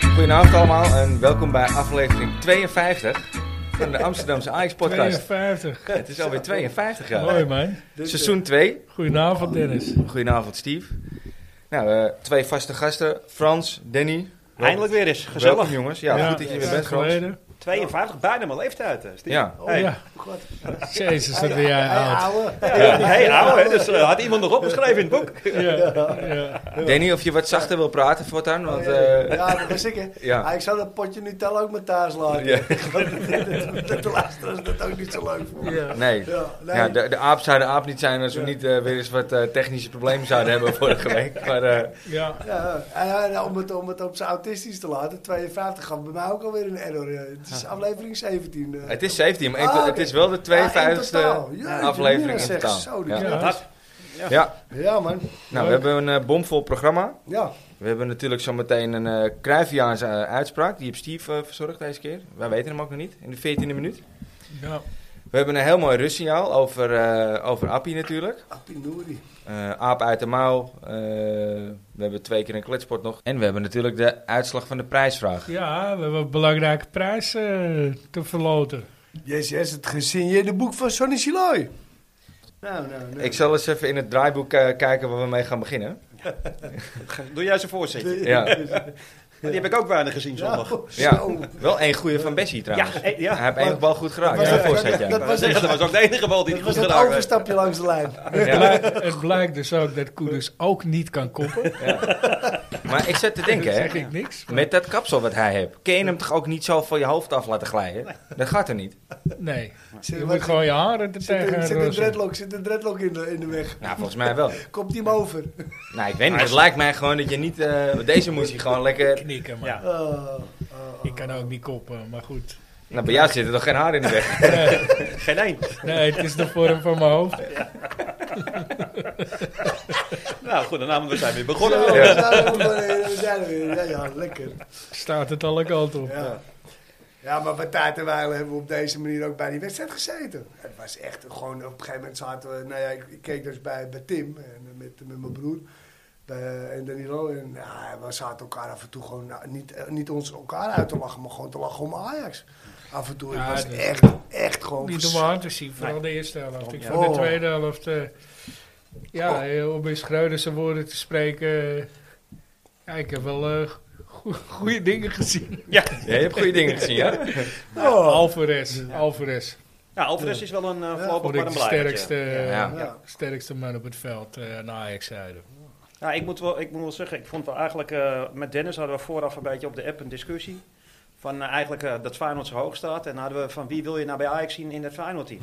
Goedenavond allemaal en welkom bij aflevering 52 van de Amsterdamse Ajax podcast. 52. Het is alweer 52 Mooi jaar. man. Seizoen 2. Goedenavond Dennis. Goedenavond Steve. Nou, eh, twee vaste gasten. Frans, Danny. Eindelijk weer eens, gezellig. Welkom jongens. Ja, goed dat je weer tijd bent Frans. geleden. 52, bijna mijn leeftijd. Hè, Steve. Ja. Oh Hey. ja. Jezus, dat ben jij oud. Ja, hey, ouwe, hè, dus eh, had iemand nog opgeschreven in het boek. Ja, ja. Danny, of je wat zachter wil praten voortaan, want... eh, Ja, dat was ik hè. Ja. Ah, ik zou dat potje Nutella ook met thuis laten. Ja. Want dat de luisteraars dat ook niet zo leuk vonden. Ja. Nee. Ja, nee. Ja, de, de aap zou de aap niet zijn als we niet eh, weer eens wat eh, technische problemen zouden hebben vorige week. Maar eh, ja. Ja, en, eh, om, het, om het op zijn autistisch te laten, 52 gaf bij mij ook alweer een error. eh. Het is aflevering 17. eh. het is 17, maar in- Ah, oké. het is wel de Ah, in 52e totaal. Jeetje, aflevering in Mina zegt, totaal. zo, die Ja. knap. Dat, ja, Ja man, Nou, we Leuk. hebben een eh, bomvol programma. ja. We hebben natuurlijk zometeen een eh Cruyffiaanse eh, uitspraak. Die heeft Steve eh, verzorgd deze keer. Wij weten hem ook nog niet. In de 14e minuut. ja. We hebben een heel mooi rustsignaal over, eh, over Appie natuurlijk. Apinouri. Eh, aap uit de mouw. Eh, we hebben twee keer een kletsport nog. En we hebben natuurlijk de uitslag van de prijsvraag. Ja, we hebben een belangrijke prijs eh, te verloten. Yes, yes, het gesigneerde boek van Sonny Siloy. Nou, nou, nou. Ik zal eens even in het draaiboek eh, kijken waar we mee gaan beginnen. doe jij zijn voorzitter. Ja. Die heb ik ook weinig gezien zondag. Nou, Ja. zo. Wel één goede van Bessie Ja, trouwens. eh, ja. Hij heeft één bal goed geraakt. Was Ja, dat- voorzet, dat- ja. Ik Dat wou was zeggen, het- Eh, dat was ook de enige bal die dat niet goed was het gedaan werd. overstapje langs de lijn. Het, Ja. blijkt, het blijkt dus ook dat Koeders ook niet kan koppen. Maar ik zat te Dat denken, hè. zeg ik niks. maar- Met dat kapsel wat hij heeft. Kun je hem toch ook niet zo van je hoofd af laten glijden? Dat gaat er niet. Nee, Zit je er moet wat- gewoon je haren er Zit tegen een, zit een rossen. dreadlock, zit een dreadlock in, de, in de weg. Nou, volgens mij wel. Komt hij hem over? Nou, ik weet niet. Het lijkt mij gewoon dat je niet... eh, deze moest hij gewoon lekker... knikken. Maar Ja. Oh, oh, oh. ik kan ook niet koppen, maar goed. Nou, bij jou zitten toch geen haar in de weg? Geen één. Nee, het is de vorm van mijn hoofd. Nou, goedenavond, we zijn weer Zo, begonnen. zo, we zijn er weer. Ja, ja, lekker. Staat het alle kanten op. Ja. Ja, maar bij tijd en wijle hebben we op deze manier ook bij die wedstrijd gezeten. Het was echt gewoon, op een gegeven moment zaten we, nou ja, ik, ik keek dus bij, bij Tim en met, met mijn broer bij, en Danilo. En ja, we zaten elkaar af en toe gewoon, nou, niet, eh, niet ons elkaar uit te lachen, maar gewoon te lachen om Ajax. Af en toe, het Ja, was dat- echt, echt gewoon... Niet om vers- aan te zien, vooral de eerste helft. Ik Ja. vond de Oh. tweede helft, eh, ja, eh, om eens Schreuder zijn woorden te spreken. eh, ja, ik heb wel eh, go- goede dingen gezien. Ja, je hebt goede dingen gezien, ja? Oh. Alvarez, Alvarez. Ja, Alvarez is wel een eh, voorlopig Vond maar ik een de blijvertje. sterkste, eh, Ja. Ja. sterkste man op het veld eh aan de Ajax-zijde. Nou, ik moet, wel, ik moet wel zeggen, ik vond wel eigenlijk... eh, met Dennis hadden we vooraf een beetje op de app een discussie. Van eh, eigenlijk eh, dat Feyenoord zo hoog staat. En hadden we van wie wil je nou bij Ajax zien in het Feyenoord team?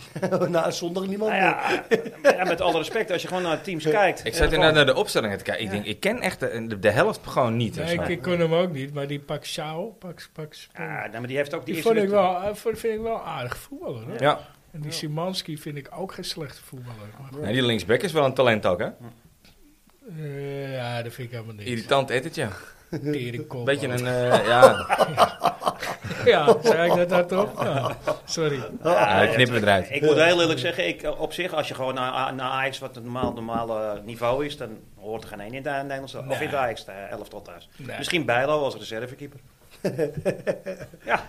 Na zondag niemand Nou meer. ja, ja, met alle respect, als je gewoon naar teams kijkt. Ik en zat inderdaad gewoon- naar de opstellingen te kijken. Ik denk, ik ken echt de, de- de helft gewoon niet. of Nee, zo. ik, ik kon hem ook niet, maar die pak Sao, pak, pak Ah, nou, maar die heeft ook die, Die eerste vond ik minuut- wel, eh, vond- vind ik wel een aardig voetballer. Hoor. Ja. En die Simanski vind ik ook geen slechte voetballer. Maar, Nou, die linksback is wel een talent ook, hè? eh, ja, dat vind ik helemaal niet. Irritant ettertje. Teringkop, Beetje man. een... eh, ja, Ja, zei ik dat hardop? Ja, sorry. ja, eh, knippen we eruit. Ik moet heel eerlijk zeggen, ik, eh, op zich, als je gewoon naar, naar Ajax, wat het normaal, normale niveau is, dan hoort er geen één in de Nederlandse, of in de Ajax, de elftal thuis. Nee. Misschien Bijlo als reservekeeper.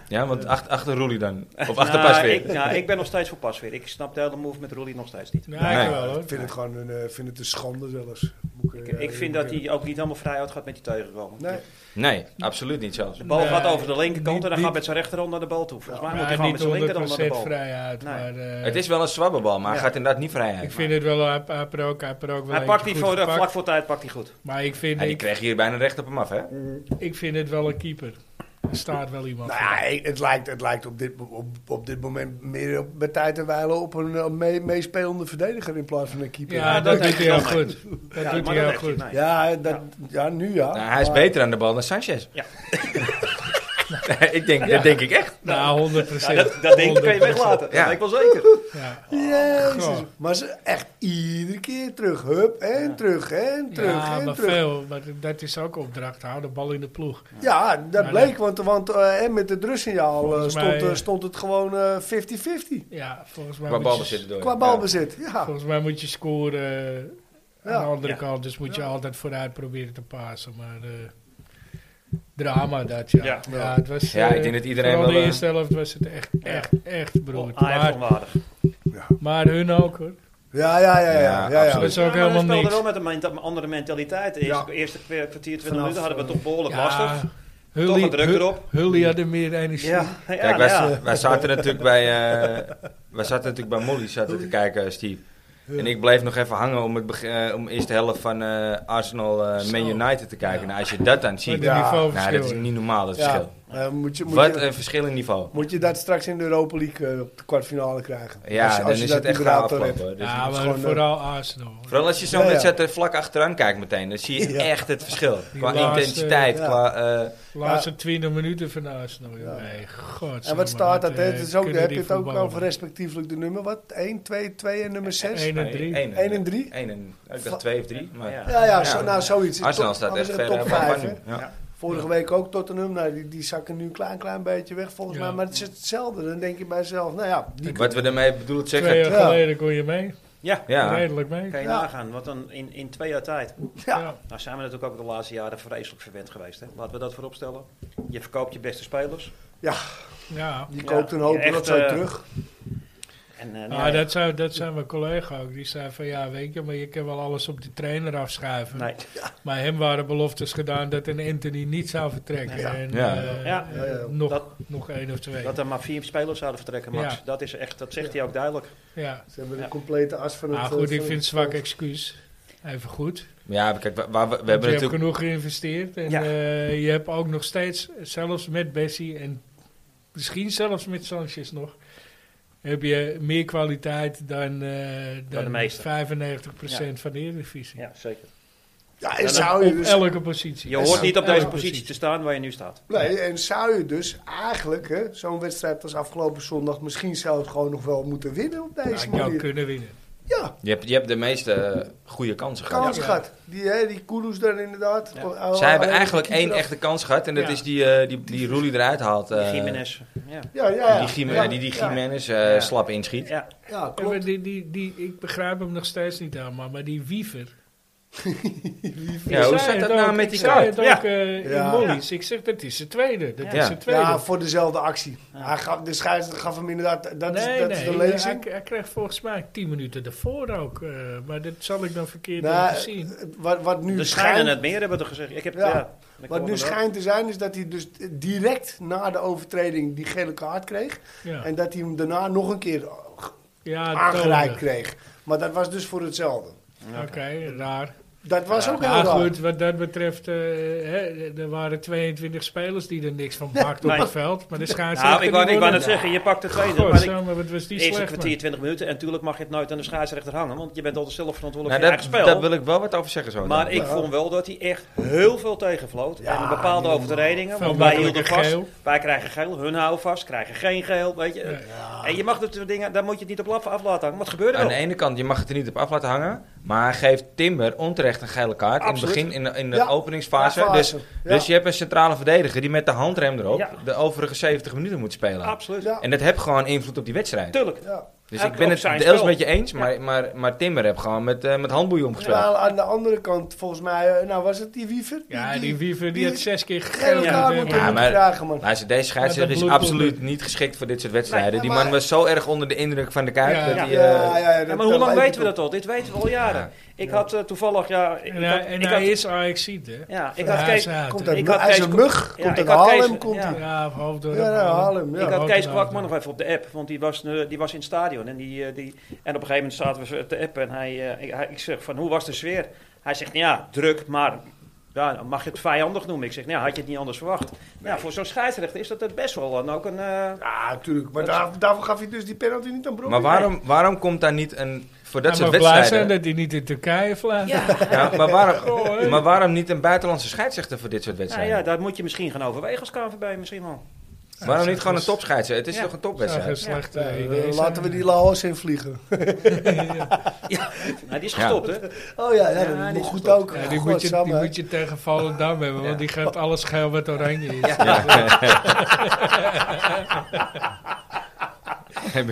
Ja, want ach- achter Roelie dan. Of Nou, achter Pasveer. Ik, nou, ik ben nog steeds voor Pasveer. Ik snap de hele move met Roelie nog steeds niet. Nee, Nee. ik wel hoor. Ik vind het gewoon een, eh, vind het een schande zelfs. Moet Ik, eh, ik vind dat hij ook niet helemaal vrij uit gaat met die tegenkomen. Nee. Nee, absoluut niet zelfs. De bal Nee. gaat over de linkerkant en Niet- dan niet- gaat met zijn rechterhand naar de bal toe. Volgens mij moet Maar hij gewoon met niet zijn linkerhand naar de 100% bal. vrij uit. Nee. Maar, eh, Het is wel een zwabberbal, maar hij gaat inderdaad niet vrij uit. ik vind het wel, hij, hij, per ook, hij, per ook wel Hij pakt eentje die goed voor, gepakt. vlak voor tijd pakt hij goed. Maar ik vind, En die ik, kreeg hier bijna recht op hem af, hè? ik vind het wel een keeper. Er staat wel iemand Nou voor. ja, ik- het lijkt, het lijkt op, dit, op, op dit moment meer op, bij tijd en wijle op een eh, mee- meespelende verdediger in plaats van een keeper. Ja, Ja, dat, dat doet hij heel heeft hij goed. Dat doet maar hij heel heeft goed. nee. ja, dat, ja nu ja. Nou, hij is Maar- beter aan de bal dan Sanchez. Ja. ik denk, Dat denk ik echt. Nou, 100 Ja, dat, dat ding kan je weglaten. Ja. Dat weet ik wel zeker. Ja. Jezus. Goh. Maar ze echt iedere keer terug. Hup, en terug, en terug, ja, en maar terug. veel. Maar dat is ook opdracht. Hou de bal in de ploeg. Ja, dat Maar bleek, want, want eh, en met het rustsignaal eh, Volgens stond, mij, eh, eh, stond het gewoon eh, 50-50. Ja, volgens mij, Qua moet balbezit je, zitten door. qua balbezit, ja. volgens mij moet je scoren eh, aan Ah. Ja. de andere Ja. kant. Dus moet je altijd vooruit proberen te pasen. Maar eh, drama dat, ja. Ja. Ja, het was, Ja, ik eh, denk dat iedereen vooral wel, de eh, eerste helft was het echt, echt, echt beroerd. Ajax Maar, onwaardig. Ja, maar hun ook, hoor. ja, ja, ja. ja, Ja, ja, ja, Dat absoluut. is ook maar we helemaal speelden niks. wel met een ment- andere mentaliteit. Eerst, Eerste kwartier, 20 Vanaf, minuten hadden we eh, toch behoorlijk Ja, lastig. Hulli- Toch een druk Hu- erop. Hulli had er meer energie. Ja, ja, Kijk, wij, ja. wij zaten natuurlijk bij, eh, wij zaten natuurlijk bij Molly zaten te kijken, eh, Steve. En ik bleef nog even hangen om, het beg- eh, om eerst de helft van eh, Arsenal eh, Man Zo. United te kijken. Nou, als je dat dan ziet, Met Ja. een nou, niveauverschil. dat is niet normaal, dat Ja, verschil. eh, moet, je, moet, Wat je, een verschil in niveau. moet je dat straks in de Europa League eh, op de kwartfinale krijgen? Ja, Als je- als dan je is dat het echt gaaf überhaupt al aflopen. hebt. hoor. Dus ja, het is maar gewoon, eh, vooral Arsenal. Vooral als je zo'n Ja, ja. wedstrijd er vlak achteraan kijkt meteen, dan zie je Ja. echt het verschil. Die Qua laatste, intensiteit, ja. qua... eh, laatste 20 minuten van Arsenal. joh. Ja. Nee, god. En wat staat dat? eh, hè? Het is ook, heb je het ook over respectievelijk de nummer? Wat? 1, 2, 2 en nummer 6? 1 1 en 3. één 1 en 3? één en... Ik Va- dacht twee of drie, maar... Ja. Ja, ja, zo, nou zoiets. Arsenal Top- staat anders echt een ver top eh, bovenaan vijf, nu. hè? Ja. Ja. Vorige week ook Tottenham, nou, die, die zakken nu een klein, klein beetje weg volgens Ja. mij. Maar het is hetzelfde. Dan denk je bij jezelf, nou ja, die Wat we daarmee bedoelen te Twee zeggen... jaar Ja. geleden kon je mee. Ja, Ja, Redelijk mee. kan je Ja. nagaan. Wat dan in, in twee jaar tijd. ja. Ja. Nou zijn we natuurlijk ook de laatste jaren vreselijk verwend geweest. Hè? Laten we dat vooropstellen. Je verkoopt je beste spelers. Ja. die Ja. koopt een hoop Echt, rotzooi eh, terug. En, eh, Ah, ja, dat, zijn dat zijn mijn collega ook. Die zei van ja, weet je, maar je kan wel alles op die trainer afschuiven. Nee. Maar hem waren beloftes gedaan dat een Anthony niet zou vertrekken. Ja. En, Ja. eh, Ja. eh, Nog, Dat- nog één of twee. Dat er maar vier spelers zouden vertrekken, Max. Ja. Dat, is echt, dat zegt hij ook duidelijk. ja. Ze hebben Ja. de complete as van het... Ah, eh, goed, ik van vind het het- zwak excuus. Even goed. ja kijk, we, we- we We hebben hebben je hebt natuurlijk... genoeg geïnvesteerd. En Ja. eh, je hebt ook nog steeds, zelfs met Bessie en misschien zelfs met Sanchez nog, heb je meer kwaliteit dan, eh, de dan, meeste. 95% van de Eredivisie. Ja, zeker. Ja, Ja, en dan zou je Op dus... elke positie. Je hoort niet op deze Elke positie te staan waar je nu staat. Nee, en zou je dus eigenlijk hè, zo'n wedstrijd als afgelopen zondag... misschien zou het gewoon nog wel moeten winnen op Nou, deze ik zou manier. kunnen winnen. Ja, Je hebt, je hebt de meeste eh, goede kansen gehad. kans Ja. gehad. Die, hè, die Kudus daar inderdaad. Ja. Oh, oh, Zij hebben oh, eigenlijk die keeper één af. echte kans gehad. En dat Ja. is die, eh die, die Roelie eruit haalt. eh, Jiménez. Ja. Ja, ja, ja. die, Gime- Ja, die, die ja. Jiménez eh, Ja. slap inschiet. Ja. Ja, Ja, maar klopt. die, die, die, ik begrijp hem nog steeds niet helemaal, maar die wiever. Ja, hoe staat dat nou met die kaart? Ik kaart? zei het ook eh, Ja. in Mollies. Ik zeg, dat is de tweede. Dat Ja. is de tweede. Ja, voor dezelfde actie. Ja. Hij gaf, de scheidsrechter gaf hem inderdaad... Dat, nee, is, dat nee. is de Hij, lezing. hij kreeg volgens mij tien minuten ervoor ook. eh, maar dat zal ik dan verkeerd Nou, laten zien. Wat, wat nu De schijnen schijnt, het meer hebben er gezegd. Ik heb, Ja. ja. wat nu schijnt te zijn is dat hij dus direct na de overtreding die gele kaart kreeg. Ja, En dat hij hem daarna nog een keer ja aangereikt tonen. kreeg. Maar dat was dus voor hetzelfde. Oké, raar. Dat was ook Maar heel raar. goed, wat dat betreft, eh, hè, er waren 22 spelers die er niks van bakten Nee. op het veld. Maar de scheidsrechter... Nou, ik wou, die ik wou net wonnen. zeggen, je pakt de tweede. God, maar ik, zo, maar wat was die eerste slecht, man. kwartier, 20 minuten. En natuurlijk mag je het nooit aan de scheidsrechter hangen. Want je bent altijd zelf Nou, verantwoordelijk voor dat, je eigen daar spel. wil ik wel wat over zeggen zo. Maar dan. ik Ja. vond wel dat hij echt heel veel tegenvloot. Ja, en bepaalde niet overtredingen. Veel Want wij hielden makkelijker vast. geel. Wij krijgen geel. Hun houden vast. Krijgen geen geel. Weet je. Ja. En je mag dat soort dingen, daar moet je het niet op laf af laten hangen. Wat gebeurde Aan wel? de ene kant, je mag het er niet op af laten hangen. Maar hij geeft Timber onterecht een gele kaart. Absoluut. In het begin, in de, in de Ja. openingsfase. Ja, Dus, fase. Ja. dus je hebt een centrale verdediger die met de handrem erop Ja. de overige 70 minuten moet spelen. Absoluut. Ja. En dat heeft gewoon invloed op die wedstrijd. Tuurlijk. Ja. Dus Elk ik ben op het zijn deels spel. met je eens. Maar, maar, maar Timber heeft gewoon met, eh met handboeien omgespeeld. Terwijl aan de andere kant, volgens mij, eh, nou was het die wiever? Ja, die wiever die die- had zes keer gele gegeld. kaart Ja, moeten Ja, ja, maar- krijgen, man. Luister, Nou, deze scheidsrechter Met is een bloedbol. absoluut niet geschikt voor dit soort wedstrijden. Nee, die maar- man was zo erg onder de indruk van de kaart. Ja. dat Ja. hij, eh, ja, ja, Ja, dat- maar hoe lang lijkt weten we het dat al? Dit weten we al jaren. Ik Ja. had eh, toevallig, ja... En Ik had, hij, en ik hij had, is Ajaxiet, hè? ja, ik Van had Haas Kees, op. Haat, Komt hè? uit, Ik had hij is Kees- een mug, ja, komt ik uit had Haarlem, Kees- komt ja. hij. Ja, of Hoofddorp. Ja, ja, Hoofddorp. Haarlem, ik ja. had Kees Rotterdam. Kwakman nog even op de app, want die was, eh, die was in het stadion. En, die, eh, die, en op een gegeven moment zaten we te app en hij, eh, ik, hij- ik zeg van, hoe was de sfeer? Hij zegt, nou ja, druk, maar ja, mag je het vijandig noemen? Ik zeg, nou ja, had je het niet anders verwacht? Ja, voor zo'n scheidsrechter is dat het best wel dan ook een... eh, Ja, natuurlijk. Maar Dat- daar- daarvoor gaf hij dus die penalty niet aan Brobbey. maar waarom, waarom komt daar niet een. Voor dat Hij soort mag blij zijn wedstrijden. dat hij niet in Turkije vlaat. ja, Ja, maar, waarom, Goh, hè? maar waarom niet een buitenlandse scheidsrechter voor dit soort nou ja, wedstrijden? daar moet je misschien gaan overwegen als KNVB misschien wel. waarom dat niet is- gewoon een topscheidsrechter? Het is Ja. toch een Zou een topwedstrijd? slecht Ja, eh, eh, idee laten we zijn. die Laos in vliegen. Nou, die is gestopt, hè? Oh ja, ja, Ja, dat is die nog is goed goed. ook. Ja, die, moet je, die Godsamme. moet je tegen Volendam hebben, want Ja. die gaat alles geel wat oranje is. Ja.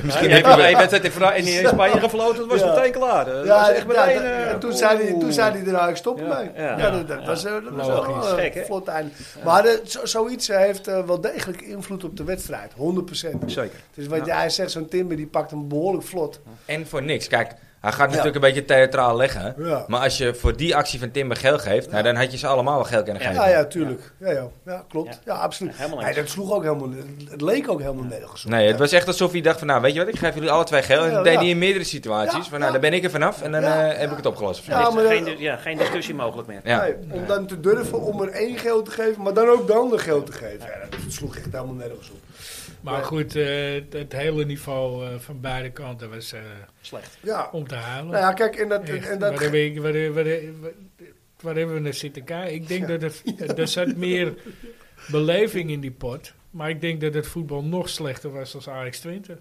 misschien je heb hebt je een wedstrijd in, Fra- in, in Spanje gefloten, dat was Ja. meteen klaar. Dat was Ja, echt meteen, ja, eh, en toen zei, hij, oeh. toen zei hij eruit, stop Ja, ermee. ja. Ja, dat, dat Ja. was, eh, dat was Logisch. wel eh, Gek, hè? vlot einde. Maar eh, zo, zoiets heeft eh, wel degelijk invloed op de wedstrijd, 100%. Zeker. Dus wat Ja. jij zegt, zo'n Timber die pakt hem behoorlijk vlot. En voor niks. Kijk, hij gaat natuurlijk een beetje theatraal leggen. Ja, Maar als je voor die actie van Timber geel geeft, nou, dan had je ze allemaal wel geel kunnen geven. ja, ja tuurlijk. Ja, ja. ja klopt. Ja. Ja, absoluut. Ja, helemaal Hey, dat sloeg ook helemaal, het leek ook helemaal nergens op. Nee, het Ja. was echt alsof hij dacht van, nou weet je wat, ik geef jullie alle twee geel. En Ja, dat deed ja. hij in meerdere situaties. Ja, van, nou, ja. dan ben ik er vanaf en dan Ja, eh, ja. heb ik het opgelost. of zo. Ja, maar, eh, geen, ja, geen discussie mogelijk meer. Ja. Nee, om dan te durven om er één geel te geven, maar dan ook de ander geel te geven. Ja, dat sloeg echt helemaal nergens op. Maar goed, eh, het, het hele niveau eh, van beide kanten was eh, Slecht. Ja, om te huilen. nou ja, kijk, en dat... Echt, En waar, dat hebben, ik- waar, waar- waar- waar hebben we naar zitten kijken? Ik denk dat het, er zat meer beleving in die pot. Maar ik denk dat het voetbal nog slechter was dan AX20.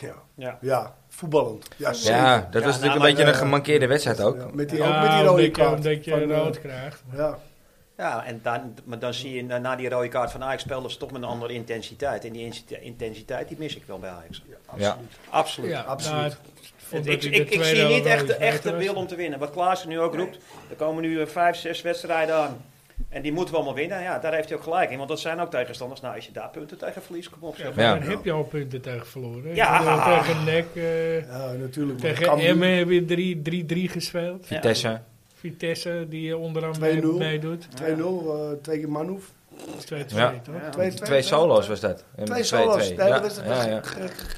ja, Ja. ja, voetballend. Ja, eh, zeker. Ja, dat was nou, natuurlijk maar, een beetje een eh, gemankeerde wedstrijd ook. Ja, met die, Ja, ook met die rode omdat je- kaart. Omdat je van, eh, rood krijgt. ja. Ja, en dan, maar dan zie je na, na die rode kaart van Ajax spelen ze toch met een andere intensiteit. En die insi- intensiteit die mis ik wel bij Ajax. Ja. Absoluut. Ja, absoluut. nou, het- vond Het- dat ik, hij ik, de ik tweede zie helft niet wel echt de iets beter echte was. wil om te winnen. Wat Klaassen nu ook roept. Er komen nu eh, vijf, zes wedstrijden aan. En die moeten we allemaal winnen. Ja, daar heeft hij ook gelijk in. Want dat zijn ook tegenstanders. Nou, als je daar punten tegen verliest, kom op. Ja, Zeg. maar Ja. Dan heb je al punten tegen verloren. Ja. Je bedoelt, Tegen NEC, eh, Ja, natuurlijk. maar tegen Cambuur, Emmen heb je drie- 3-3 gespeeld. Vitesse. Vitesse, die je onderaan 2-0. meedoet. 2-0, eh, twee keer Manhoef. 2-2, Ja. toch? Ja. Twee, Twee solo's was dat. En Twee solo's. twee. Nee, Ja, dat is het ja, ja.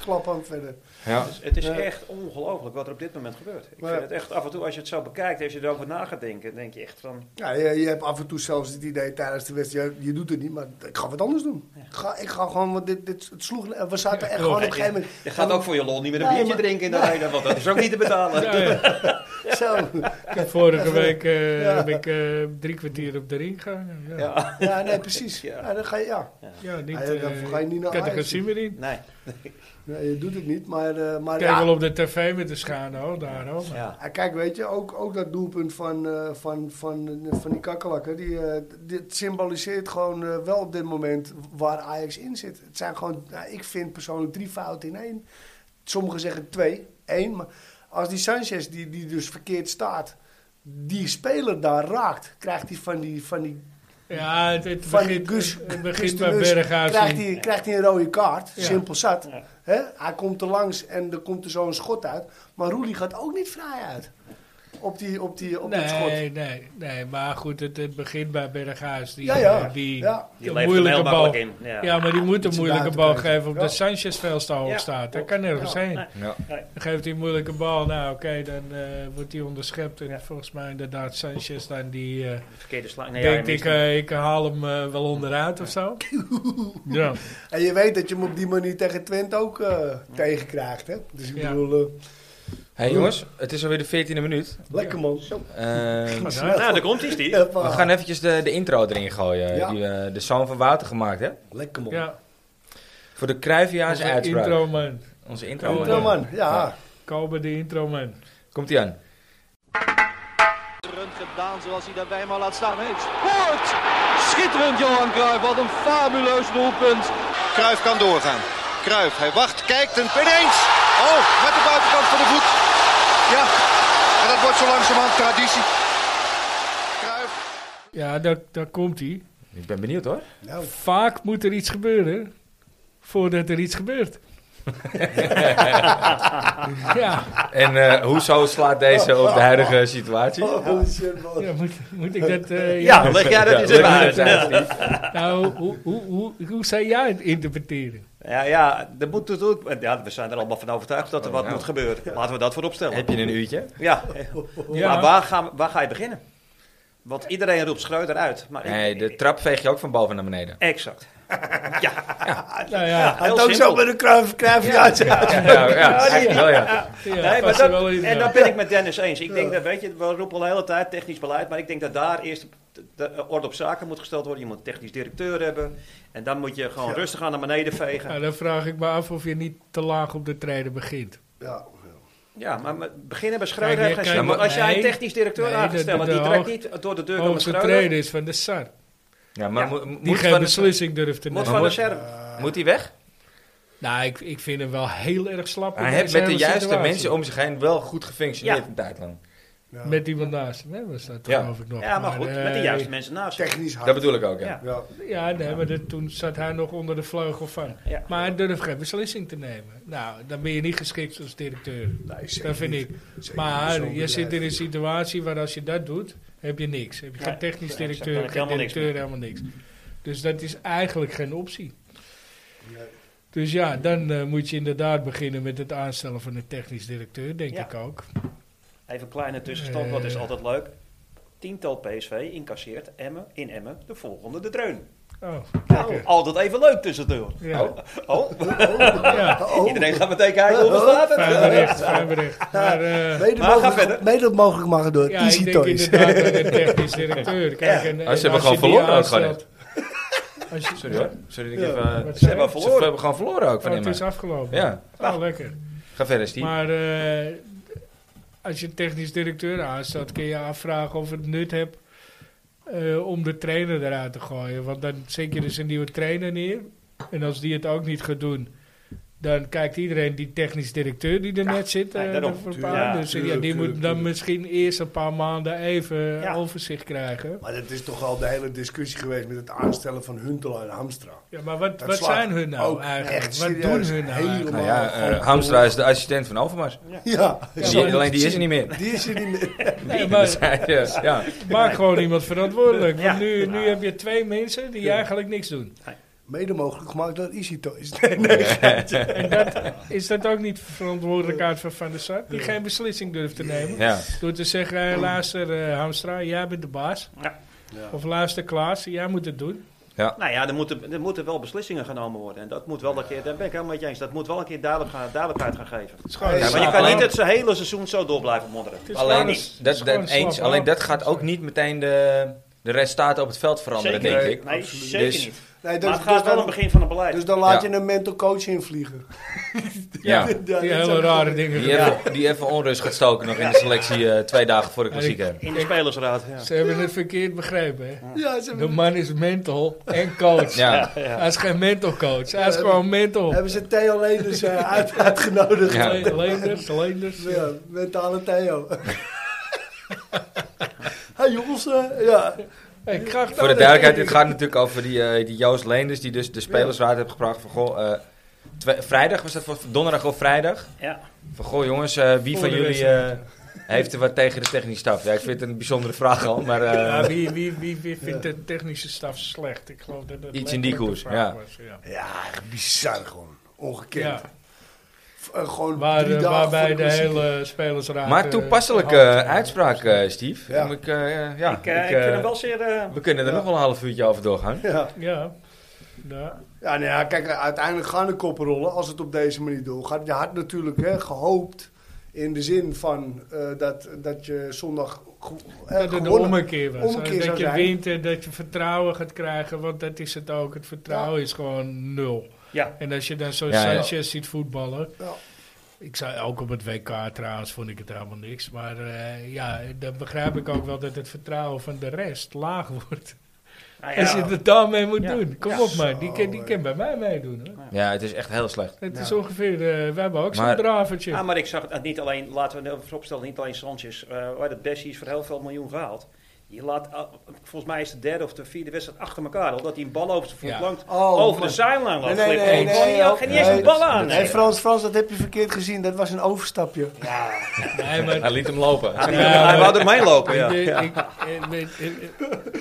klap aan verder. Ja. Dus het is Ja. echt ongelooflijk wat er op dit moment gebeurt. Ik Maar- vind het echt af en toe, als je het zo bekijkt, als je erover na gaat denken, denk je echt van... Ja, je, je hebt af en toe zelfs het idee tijdens de wedstrijd, je, je doet het niet, maar ik ga wat anders doen. Ik ga, ik ga gewoon, want dit, dit, het sloeg, we zaten echt gewoon op een gegeven moment Je gaat ook voor je lol niet meer een Nee, biertje maar- drinken in de arena, want dat is ook niet te betalen. Ja, ja. zo. Ik heb vorige week eh, Ja. heb ik eh, drie kwartier op de ring gehangen. Ja, ja. Ja. Ja, nee, precies. Ja. Ja. dan ga je, ja. niet, Ja, dan eh, ga je niet naar ik had er geen Ajax. zin meer in. Nee. Nee, je doet het niet, maar, eh, maar Ik ja. kijk wel op de tv met de schade, hoor, daar hoor. Maar Ja. Ja, Ah, kijk, weet je, ook, ook dat doelpunt van, eh, van, van, eh, van die kakkelakker, die, eh, dit symboliseert gewoon eh, wel op dit moment waar Ajax in zit. Het zijn gewoon, nou, ik vind persoonlijk drie fouten in één. Sommigen zeggen twee, één, maar als die Sanchez, die, die dus verkeerd staat, die speler daar raakt, krijgt hij van die, van die Ja, het, het van begint, die Guus, het- het Guus begint de bij Mus Berghuis. krijgt in. hij, krijgt hij een rode kaart, Ja. simpel zat. Ja. Hè? Hij komt er langs en er komt er zo'n schot uit. Maar Roelie gaat ook niet vrij uit op, die, op, die, op dat schot. Nee, nee, nee, maar goed, het, het begint bij Berghuis. Die, Ja, ja. eh, die, Ja. Die een leeft er heel moeilijke bal. makkelijk in. Ja. Ja, maar die moet een Iets moeilijke buiten bal buiten. geven omdat Ja. Sanchez veel te hoog Ja. staat. Hij kan nergens Ja. heen. Nee. Ja. Dan geeft hij een moeilijke bal. Nou, oké, dan eh, wordt hij onderschept. En volgens mij inderdaad Sanchez dan die... eh, Verkeerde slag. Nee, denkt ja, ik, eh, ik haal hem eh, wel onderuit of zo. ja. En je weet dat je hem op die manier tegen Twente ook eh, tegenkrijgt. Hè? Dus ik Ja. bedoel, eh, Hey jongens, het is alweer de 14e minuut. lekker man. Eh, Maar Snel. daar- Nou, daar komt hij, die. Hoppa. we gaan eventjes de, de intro erin gooien. Ja. Die we de zoon van Wouter gemaakt hebben. Lekker man. Ja, Voor de Cruyffiaanse onze uitspraak. intro man. Onze Goed, intro. eh, hè, man. Ja. Kobe de intro man. Komt ie aan. schitterend gedaan zoals hij daarbij maar laat staan heeft. Scoort! Schitterend Johan Cruijff, wat een fabuleus doelpunt. Kruif kan doorgaan. Kruif, hij wacht, kijkt en ineens. Oh, met de buitenkant van de voet. Ja, en dat wordt zo langzamerhand traditie. Kruif. Ja, daar, daar komt hij. Ik ben benieuwd hoor. Nou, Vaak moet er iets gebeuren voordat er iets gebeurt. ja, En eh, hoezo slaat deze op de huidige situatie? oh, shit, man. ja moet, moet ik dat... eh, ja. Ja, leg jij dat eens leg even het uit. eens uit, Ja. Steve. Nou, hoe, hoe, hoe, hoe zou jij het interpreteren? Ja, ja, dat moet, dat moet- ja, we zijn er allemaal van overtuigd dat er wat Oh, nou. ja. moet gebeuren. Laten we dat voorop stellen. Heb je een uurtje? Ja. Ja. Maar waar ga, waar ga je beginnen? Want iedereen roept Schreuder uit. Maar ik- Nee, de trap veeg je ook van boven naar beneden. Exact. Nou ja, Hij Heel had ook simpel. zo met een kruif, kruif ja. Ja, ja, eigenlijk wel ja. ja Nee, maar past er dat- wel in, en ja. dat ben ik met Dennis eens. Ik denk dat, weet je, we roepen al de hele tijd technisch beleid, maar ik denk dat daar eerst de, de orde op zaken moet gesteld worden. Je moet een technisch directeur hebben en dan moet je gewoon rustig aan naar beneden vegen. Nou, dan vraag ik me af of je niet te laag op de treden begint. Ja. Ja, maar met- beginnen bij Schreuder Kijk, heeft geen kijk, zin. Want maar- als jij een nee. technisch directeur Nee, aangesteld de- de- aangesteld die de trekt niet door de deur kan met Hoogste Schreuder, treden is van de SAR. Ja, maar Ja, mo- Die moet, geen van de, beslissing durft te moet nemen. van de moet- serve. moet die weg? Nou, ik, ik vind hem wel heel erg slap. in Hij heeft deze met de hele juiste situatie. mensen om zich heen wel goed gefunctioneerd Ja. een tijd lang. Ja. Met iemand naast hem, hè, was dat Ja. geloof ik nog. Ja, maar goed, met de eh, juiste mensen naast je. Technisch hard. Dat bedoel ik ook, ja. Ja. Ja. Ja, nee, maar dat- toen zat hij nog onder de vleugel van. Ja. Maar hij durft geen beslissing te nemen. Nou, dan ben je niet geschikt als directeur. Nee, zeker Dat vind niet. ik. Zeker niet Maar zo'n je zit in een bedrijf. situatie waar als je dat doet, heb je niks. Heb je Ja, geen technisch ja, exact. Dan directeur, heb je geen helemaal niks directeur, helemaal niks. Dus dat is eigenlijk geen optie. Nee. Dus ja, dan eh, moet je inderdaad beginnen met het aanstellen van een technisch directeur, denk Ja. ik ook. Even een kleine tussenstand, want dat is altijd leuk. Tiental PSV incasseert Emmen in Emmen de volgende de dreun. Oh, Nou, altijd even leuk tussendoor. ja. Oh, ja. Oh. iedereen gaat meteen kijken hoe het Fijn staat. bericht, fijn bericht. Maar, eh, Mede Maar ga mogelijk, verder. mede mogelijk mag het door ja, Easy ik denk Toys. inderdaad dat een technisch directeur. Kijk, en, en hebben gewoon als je die verloren ook gewoon aanstelt- Als je, Sorry hoor. Sorry dat ik Ja. even... eh, Wat Ze zei je? hebben Ze verloren. hebben gewoon verloren ook van Oh, het hem. is afgelopen. Ja, Oh, lekker. ga verder Steve. Maar eh, als je een technisch directeur aanstelt, kun je je afvragen of het nut hebt eh, om de trainer eruit te gooien. Want dan zet je dus een nieuwe trainer neer. En als die het ook niet gaat doen, dan kijkt iedereen die technisch directeur die er net zit. nee, eh, daarom. voor een Tuurlijk, paar. Dus, eh, ja, tuurlijk, die moet tuurlijk, dan tuurlijk. misschien eerst een paar maanden even eh, Ja. overzicht krijgen. Maar dat is toch al de hele discussie geweest met het aanstellen van Huntelaar en Hamstra. Ja, maar wat, Dat wat slaat zijn hun nou ook eigenlijk? echt Wat serieus doen hun nou helemaal- eigenlijk? nou ja, eh, gewoon- Hamstra is de assistent van Overmars. Ja, Ja, Die- maar- alleen die is er niet meer. die is er niet meer. Nee, maar- ja, ja. Maak gewoon iemand verantwoordelijk. Want Ja. nu, nu heb je twee mensen die eigenlijk niks doen. Mede mogelijk gemaakt door Easy Toys. Nee, En dat, is dat ook niet verantwoordelijkheid van Van der Sar? Die geen beslissing durft te nemen. ja. Door te zeggen, eh, luister eh, Hamstra, jij bent de baas. Ja. Ja. Of luister Klaas, jij moet het doen. Nou ja, er moeten, er moeten wel beslissingen genomen worden. En dat moet wel een keer, daar ben ik helemaal met je eens, dat moet wel een keer duidelijk gaan, duidelijkheid gaan geven. Het is gewoon Ja, een Ja, maar je slaap kan aan. niet het hele seizoen zo door blijven modderen. Het is Alleen, gewoon een- dat, het is dat, gewoon een eens, slaap alleen aan. dat gaat ook niet meteen de, de resultaten op het veld veranderen, Zeker denk ik. Nee, absoluut. zeker Dus- niet. dat Maar is- het gaat wel een dan, begin van een beleid. dus dan laat Ja. je een mental coach invliegen. Ja. dat Die is hele ook- rare dingen. Die, even, die even onrust gaat stoken nog in de selectie eh, twee dagen voor de klassieker. in de spelersraad. Ja. Ze hebben het verkeerd begrepen. Hè? Ja, De ze hebben, man is mental en coach. Ja. Hij is geen mental coach. Hij is Ja, gewoon mental. hebben ze Theo Leenders eh, uit, uitgenodigd. Ja. Ja. Le- Leenders, leenders. mentale Theo. hey jongens, eh, ja. Hey, kracht Voor de aan. duidelijkheid, dit gaat natuurlijk over die, eh, die Joost Leenders, die dus de spelersraad heeft gevraagd van, goh, eh, twe- vrijdag, was dat voor donderdag of vrijdag? Ja. Van, goh jongens, eh, wie Voor van de jullie wedstrijd. eh, heeft er wat tegen de technische staf? Ja, ik vind het een bijzondere vraag al, maar... eh, Ja, wie, wie, wie, wie vindt de technische staf slecht? Ik geloof dat dat Iets in die letterlijk de koers, ja. vraag was, ja. Ja, bizar gewoon. Ongekend. Ja, F- eh, gewoon waar, drie eh, dagen voor waarbij de klassieker. hele spelersraad... Maar eh, toepasselijke hand- uitspraak, eh, Steve. Ja. Om Ik, eh, ja, Ik, eh, ik, ik vind eh, hem wel zeer... eh, We kunnen er Ja. nog wel een half uurtje over doorgaan. Ja. Ja. ja. Ja, nou ja, kijk, uiteindelijk gaan de koppen rollen als het op deze manier doorgaat. Je had natuurlijk hè, gehoopt in de zin van eh, dat, dat je zondag ge- eh, Dat het een gewonnen... ommekeer was. ommekeer Eh, zou dat je zijn. wint en dat je vertrouwen gaat krijgen. Want dat is het ook. Het vertrouwen is gewoon nul. ja. En als je dan zo'n Ja, ja. Sanchez ziet voetballen... Ja. Ik zei ook op het WK trouwens, vond ik het helemaal niks. Maar eh, ja, dan begrijp ik ook wel dat het vertrouwen van de rest laag wordt. Nou ja, Als je het daarmee moet Ja. doen. Kom Ja. op, man. Die kan, die Zo, eh. kan bij mij meedoen. Hoor. Ja, het is echt heel slecht. Het Ja. is ongeveer... eh, we hebben ook zo'n Maar- dravertje. Ah, maar ik zag het niet alleen, laten we het opstellen, niet alleen Sanchez. eh waar de Bessie is voor heel veel miljoen gehaald. Je laat, ah, volgens mij is de derde of de vierde wedstrijd achter elkaar al. Dat hij een bal over zijn voet Ja. langt, Oh, over man. de zijlijn loopt. Nee, nee, Flippen. nee, Ik kon nee, niet- joh. ik ging niet eens een Nee, bal aan. Ah, Nee, Frans, Frans, dat heb je verkeerd gezien. Dat was een overstapje. Nee, maar- Hij liet hem lopen. Hij- Ja, Hij maar- wou ermee lopen, ja. Ik- ik- eh, met- eh, eh,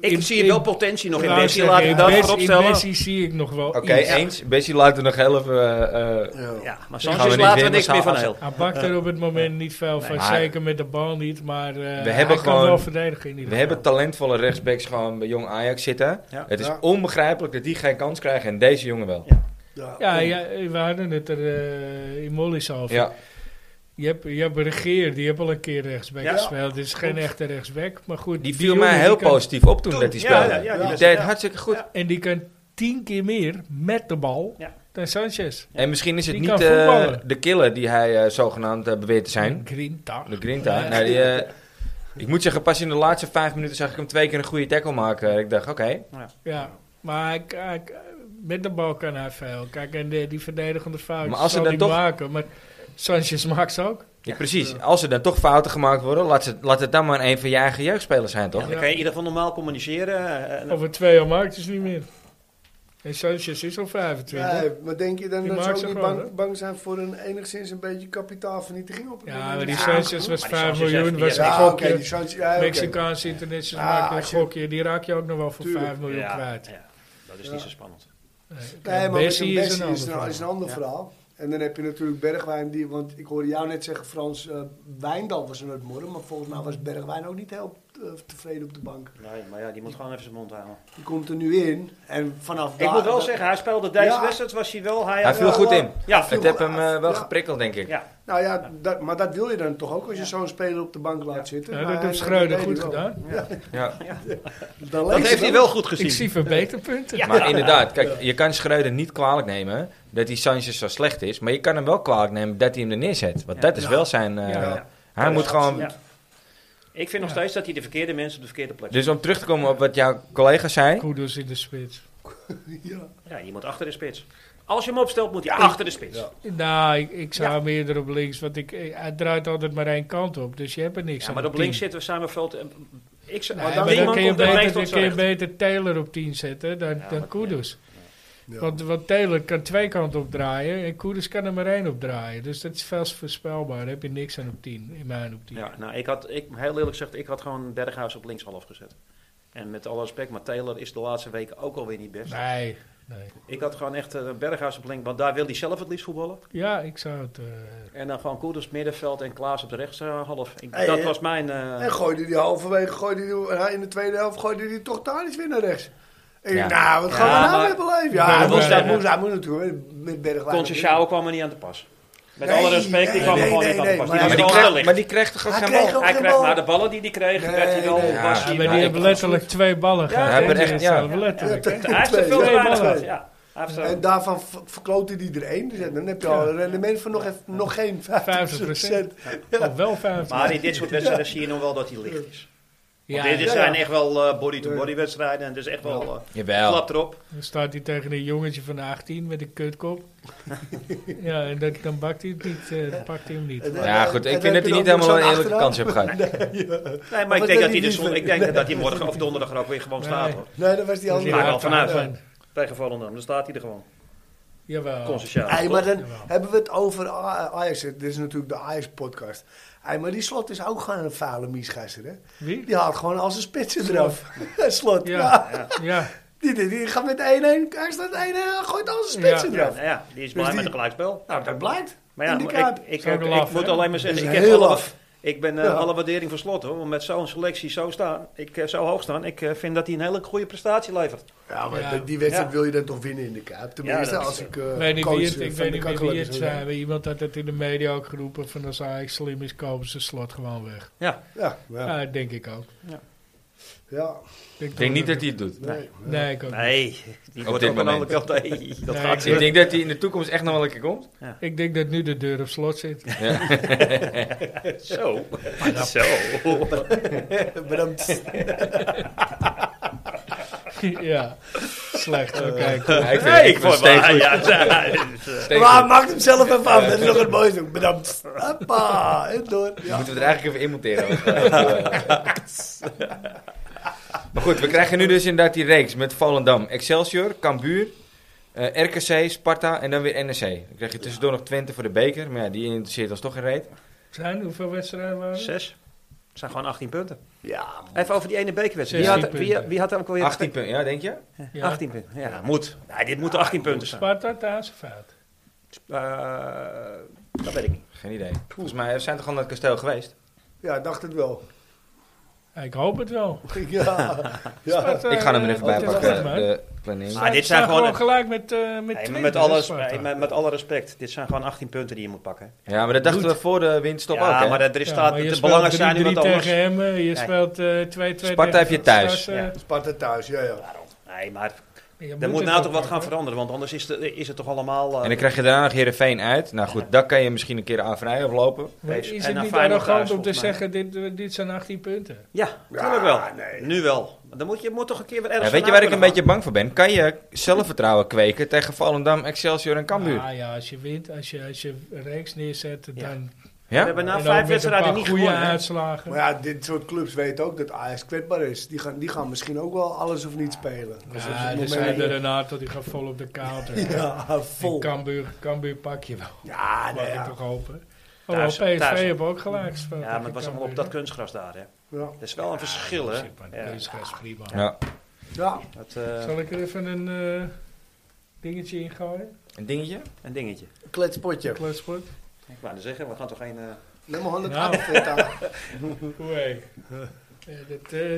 Ik in- zie in- wel potentie nog in nou, Bessie. zeg, Laat in ik dat Messi- In vooropstellen. Messi zie ik nog wel Oké, iets. eens. Bessie laat er nog heel even... eh, eh, Ja. Ja, maar Gaan we Sanchez niet laten we winnen, niks meer van Sanchez. heel. Hij pakt er op het moment niet veel van. Maar- zeker met de bal niet. Maar eh, hebben hij kan gewoon- wel verdedigen in ieder we geval. hebben talentvolle rechtsbacks gewoon bij Jong Ajax zitten. Ja. Het is Ja. onbegrijpelijk dat die geen kans krijgen en deze jongen wel. Ja. Ja, ja, we hadden het er eh, in Mollies over. Ja, Je hebt, je hebt Regeer, die heeft al een keer rechtsback Ja. gespeeld. Het is geen echte rechtsback. Maar goed, die viel jongen, mij die heel kan- positief op toen Toen, dat hij ja, speelde. ja, ja, die die was- deed ja. hartstikke goed. Ja. En die kan tien keer meer met de bal Ja. dan Sanchez. En misschien is het Die niet kan eh, voetballen. de killer die hij eh, zogenaamd eh, beweert te zijn. Grinta. De Grinta. Ja. Nee, die, eh, ik moet zeggen, pas in de laatste vijf minuten zag ik hem twee keer een goede tackle maken. Ik dacht, oké. Ja, maar ik, ik- met de bal kan hij veel. Kijk, en de- die verdedigende fouten Maar als ze zal dan hij toch- maken. Maar Sanchez maakt ze ook. Ja, precies. Als er dan toch fouten gemaakt worden, laat, ze, laat het dan maar een van je eigen jeugdspelers zijn, toch? Dan kan je in ieder geval normaal communiceren. eh, en- Over twee jaar maakt ze ze niet meer. En Sanchez is al 25. Nee, maar denk je dan Die dat ze maakt ook ze niet gewoon, bang, hè? bang zijn voor een enigszins een beetje kapitaalvernietiging op? het Ja, moment? maar die Sanchez was Maar die 5 Sanchez miljoen, heeft- was ja, een Ja, oké, gokje. die Sanchez. Ja, oké. Mexicaanse international Ah, maakte als je- een gokje. Die raak je ook nog wel voor Tuurlijk. 5 miljoen ja, kwijt. ja, dat is Ja. niet zo spannend. Nee, Kijk, maar Bessie Bessie is is, een ander een, is nou- een verhaal. ander verhaal. En dan heb je natuurlijk Bergwijn, die, want ik hoorde jou net zeggen, Frans, eh, Wijndal was een uitmorren, maar volgens mij was Bergwijn ook niet heel eh, tevreden op de bank. Nee, maar ja, die moet gewoon even zijn mond houden. Die komt er nu in en vanaf Ik daar- moet wel dat- zeggen, hij speelde deze Ja. wedstrijd, was hij wel... Hij, Hij viel Ja, goed wel. in. Ja, Het heeft hem eh, wel geprikkeld, denk ik. ja. Nou ja, dat, maar dat wil je dan toch ook als je zo'n speler op de bank laat zitten. Ja, Maar dat hij- heeft Schreuder deed hij goed wel. gedaan. Ja. Dan Dat lees heeft je hij wel. wel goed gezien. Ik zie verbeterpunten. Maar inderdaad, kijk, je kan Schreuder niet kwalijk nemen dat die Sanchez zo slecht is. Maar je kan hem wel kwalijk nemen dat hij hem er neerzet. Want Ja. dat is wel zijn... eh, Ja. Ja. Hij moet gewoon... Ja. Ik vind nog steeds dat hij de verkeerde mensen op de verkeerde plek zet. Dus om terug te komen op wat jouw collega zei. Koeders in de spits. Ja. Ja, je moet achter de spits. Als je hem opstelt, moet hij achter de spits. Ja, Nou, ik, ik zou Ja. hem eerder op links, want ik, eh, hij draait altijd maar één kant op. Dus je hebt er niks aan. maar een op tien. links zitten we samen veld. Ik zeg, Nee, maar maar Linkman dan kun je, komt er beter, meestal dan kun je terecht. beter Taylor op 10 zetten dan, Ja, dan maar- Koeders. Ja. Want, want Taylor kan twee kanten op draaien en Koeders kan er maar één op draaien. Dus dat is vast voorspelbaar. Daar heb je niks aan op 10, in mijn optiek. Ja, nou, ik had, ik, heel eerlijk gezegd, ik had gewoon Berghuis op links half gezet. En met alle respect, maar Taylor is de laatste weken ook alweer niet best. Nee, nee. Ik had gewoon echt eh, Berghuis op links, want daar wil hij zelf het liefst voetballen. Ja, ik zou het... eh, En dan gewoon Koeders middenveld en Klaas op de rechts eh, half. Ik, Hey, dat eh, was mijn... eh, En gooide die halverwege, gooide die, in de tweede helft, gooide die toch Tadic weer naar rechts. En Ja. ik nou, wat gaan Ja, we nou maar- weer beleven? Ja, Ja, hij moest, maar- hij moest, hij moest natuurlijk met Bergwijn. Concecao kwam er niet aan te pas. Met Nee, alle respect, die nee, kwam er nee, gewoon nee, niet aan te nee, pas. maar Maar die die, was kreeg- wel kreeg, licht. maar die kreeg toch ook Hij geen kreeg bal? ook Hij geen kreeg bal. maar de ballen die hij kreeg, Nee, werd hij wel... nee. was Ja, ja, hij, maar die hij- hebben letterlijk twee ballen gehad. hij hè? hebben echt- Dus, ja. eh, letterlijk, hè? hij heeft er veel te Twee, twee, weinig twee. gehad. Ja, Hij heeft er- En daarvan v- verklote hij er één. Dus dan heb je al een rendement van nog, even- nog geen 50%. 50 procent. Of wel 50 Maar in dit soort wedstrijden zie je nog wel dat hij licht is. Ja, dit ja. zijn echt wel eh, body-to-body wedstrijden. En dus echt wel... eh, Jawel. Klap erop. Dan staat hij tegen een jongetje van 18 met een kutkop. ja, en dat, dan bakt hij het niet, eh, dan pakt hij hem niet. Het- Ja, En- goed. en Ik vind dan dat heb hij je niet dan ook helemaal een zo'n eerlijke achteraan. kans heeft gehad. Nee, maar Maar ik wat denk, dat deed hij die dus, liever? ik denk dat hij morgen of donderdag er ook weer gewoon staat. Nee. Hoor. Nee, dat was die Dus andere. ja, maakt wel het- vanuit. het- Tegen Volendam, dan staat hij er gewoon. Jawel. Concessiaal. Hey, maar dan Jawel. hebben we het over A- Ajax. Dit is natuurlijk de Ajax-podcast. Hey, maar die slot is ook gewoon een vuile miesgasser, hè? Wie? Die haalt gewoon als een spitsen eraf. slot, ja. Ja. Ja, Die, die, die gaat met 1-1. Hij staat 1-1. Hij gooit als een spitsen Ja, eraf. nou ja, die is blij Dus met die- een gelijkspel. Nou, dat blijkt. Maar ja, in de ik, Kuip. ik, ik, Zou ik wel af, moet hè? alleen maar Dat is zeggen, ik heb heel alle, af. Ik ben eh, Ja. alle waardering voor slot hoor. Om met zo'n selectie zo, staan, ik, eh, zo hoog staan, ik eh, vind dat hij een hele goede prestatie levert. Ja, maar Ja. die- die wedstrijd Ja. wil je dan toch winnen in de Kuip? Tenminste, dat is als zo. ik eh, ik weet niet coach wie het, eh, ik weet van de niet meer wie kakkerlakkers het wil zijn. Maar Iemand had het in de media ook geroepen van als Ajax slim is, kopen ze slot gewoon weg. Ja, ja. Ja, denk ik ook. ja. denk, Ik toch denk niet dat hij het doet. Nee. Nee, ik ook niet. Nee, die wordt dit ook aan de moment. andere kant. Nee, dat Nee, gaat ik- Ik niet. denk dat hij in de toekomst echt nog wel een keer komt. Ik denk dat nu de deur op slot zit. Zo. Zo. Bedankt. ja, slecht. Oké, cool. Ja, ik vind Nee, het ik nog vond steeds wel. goed. Ja, ja, het is, eh, Steeds maar goed. maakt hem zelf even af. Dat is nog het mooiste. Bedankt. Hoppa. En door. Ja. Moeten we er eigenlijk even in monteren. want, eh, maar goed, we krijgen nu dus inderdaad die reeks met Volendam, Excelsior, Cambuur, eh, RKC, Sparta en dan weer NEC. Dan krijg je tussendoor nog Twente voor de beker. Maar ja, die interesseert ons toch geen reet. Zijn, hoeveel wedstrijden waren er? Zes. Het zijn gewoon 18 punten. Ja, Even over die ene bekerwedstrijd. Wie 16 had, wie, punten. wie had er ook alweer... 18 punten, ja, denk je? Ja. 18 punten. Ja, moet. Nee, dit moeten 18 punten zijn. Sparta, Taas of uit? Eh, dat weet ik niet. Geen idee. Volgens mij we zijn toch al naar het kasteel geweest? ja, dacht het wel. Ik hoop het wel. Ja. ja. Sparta, Ik ga hem er eh, even bij het is pakken, goed, man. de planning. Maar dit zijn Staan gewoon- gelijk met, eh met, Hey, maar Twente, met, hè, alle, res- Sparta. hey, maar met alle respect, dit zijn gewoon 18 punten die je moet pakken. Ja, maar dat dachten we voor de winststop ook, ja, hè? maar dat- er Ja, staat, maar je de speelt belangen zijn nu 3-3 wat anders. tegen hem, eh, je speelt eh, 2-2 Sparta tegen heb je thuis. Sparta. Sparta thuis. Ja, ja. Nee, maar Je Er moet het nou toch wat oppakken. gaan veranderen, want anders is, de, is het toch allemaal... eh, En dan krijg je daarna nog Heerenveen uit. Nou goed, daar kan je misschien een keer aan vrij aflopen. Maar Wees- Is en het dan niet Feyenoord arrogant thuis, om te volgens mij. zeggen, dit, eh, dit zijn 18 punten? Ja, Ja, natuurlijk wel. nee. Nu wel. Maar Dan moet je moet toch een keer wat ergens Ja, weet je vandaan waar ik een kunnen beetje bang voor ben? Kan je zelfvertrouwen kweken tegen Volendam, Excelsior en Cambuur? Ah ja, als je wint, als je, als je reeks neerzet, dan... Ja. en We Ja? hebben na dan vijf met een wedstrijden paar niet goede gewonnen. hè? uitslagen. Maar ja, dit soort clubs weten ook dat Ajax kwetsbaar is. Die gaan, die gaan misschien ook wel alles of niet spelen. Dus op Ja, het er moment- zijn Ah, er een aantal die gaan vol op de counter. Ja, En vol. Cambuur, Cambuur pak je wel, Ja, mag nee, ik ja. toch hopen. Oh, Thuis- wel, PSV thuis- hebben ook gelijk gespeeld. Ja, maar het was allemaal op dat kunstgras daar, hè. Ja. Dat is wel een verschil, hè. Ja, prima. ja. Ja. dat, eh, Zal ik er even een eh, dingetje in gooien? Een dingetje? een dingetje. Kletspotje. Kletsport? Ik wou net zeggen, we gaan toch geen... eh, Nummer Nou. 148. Oei. Eh, dat, eh,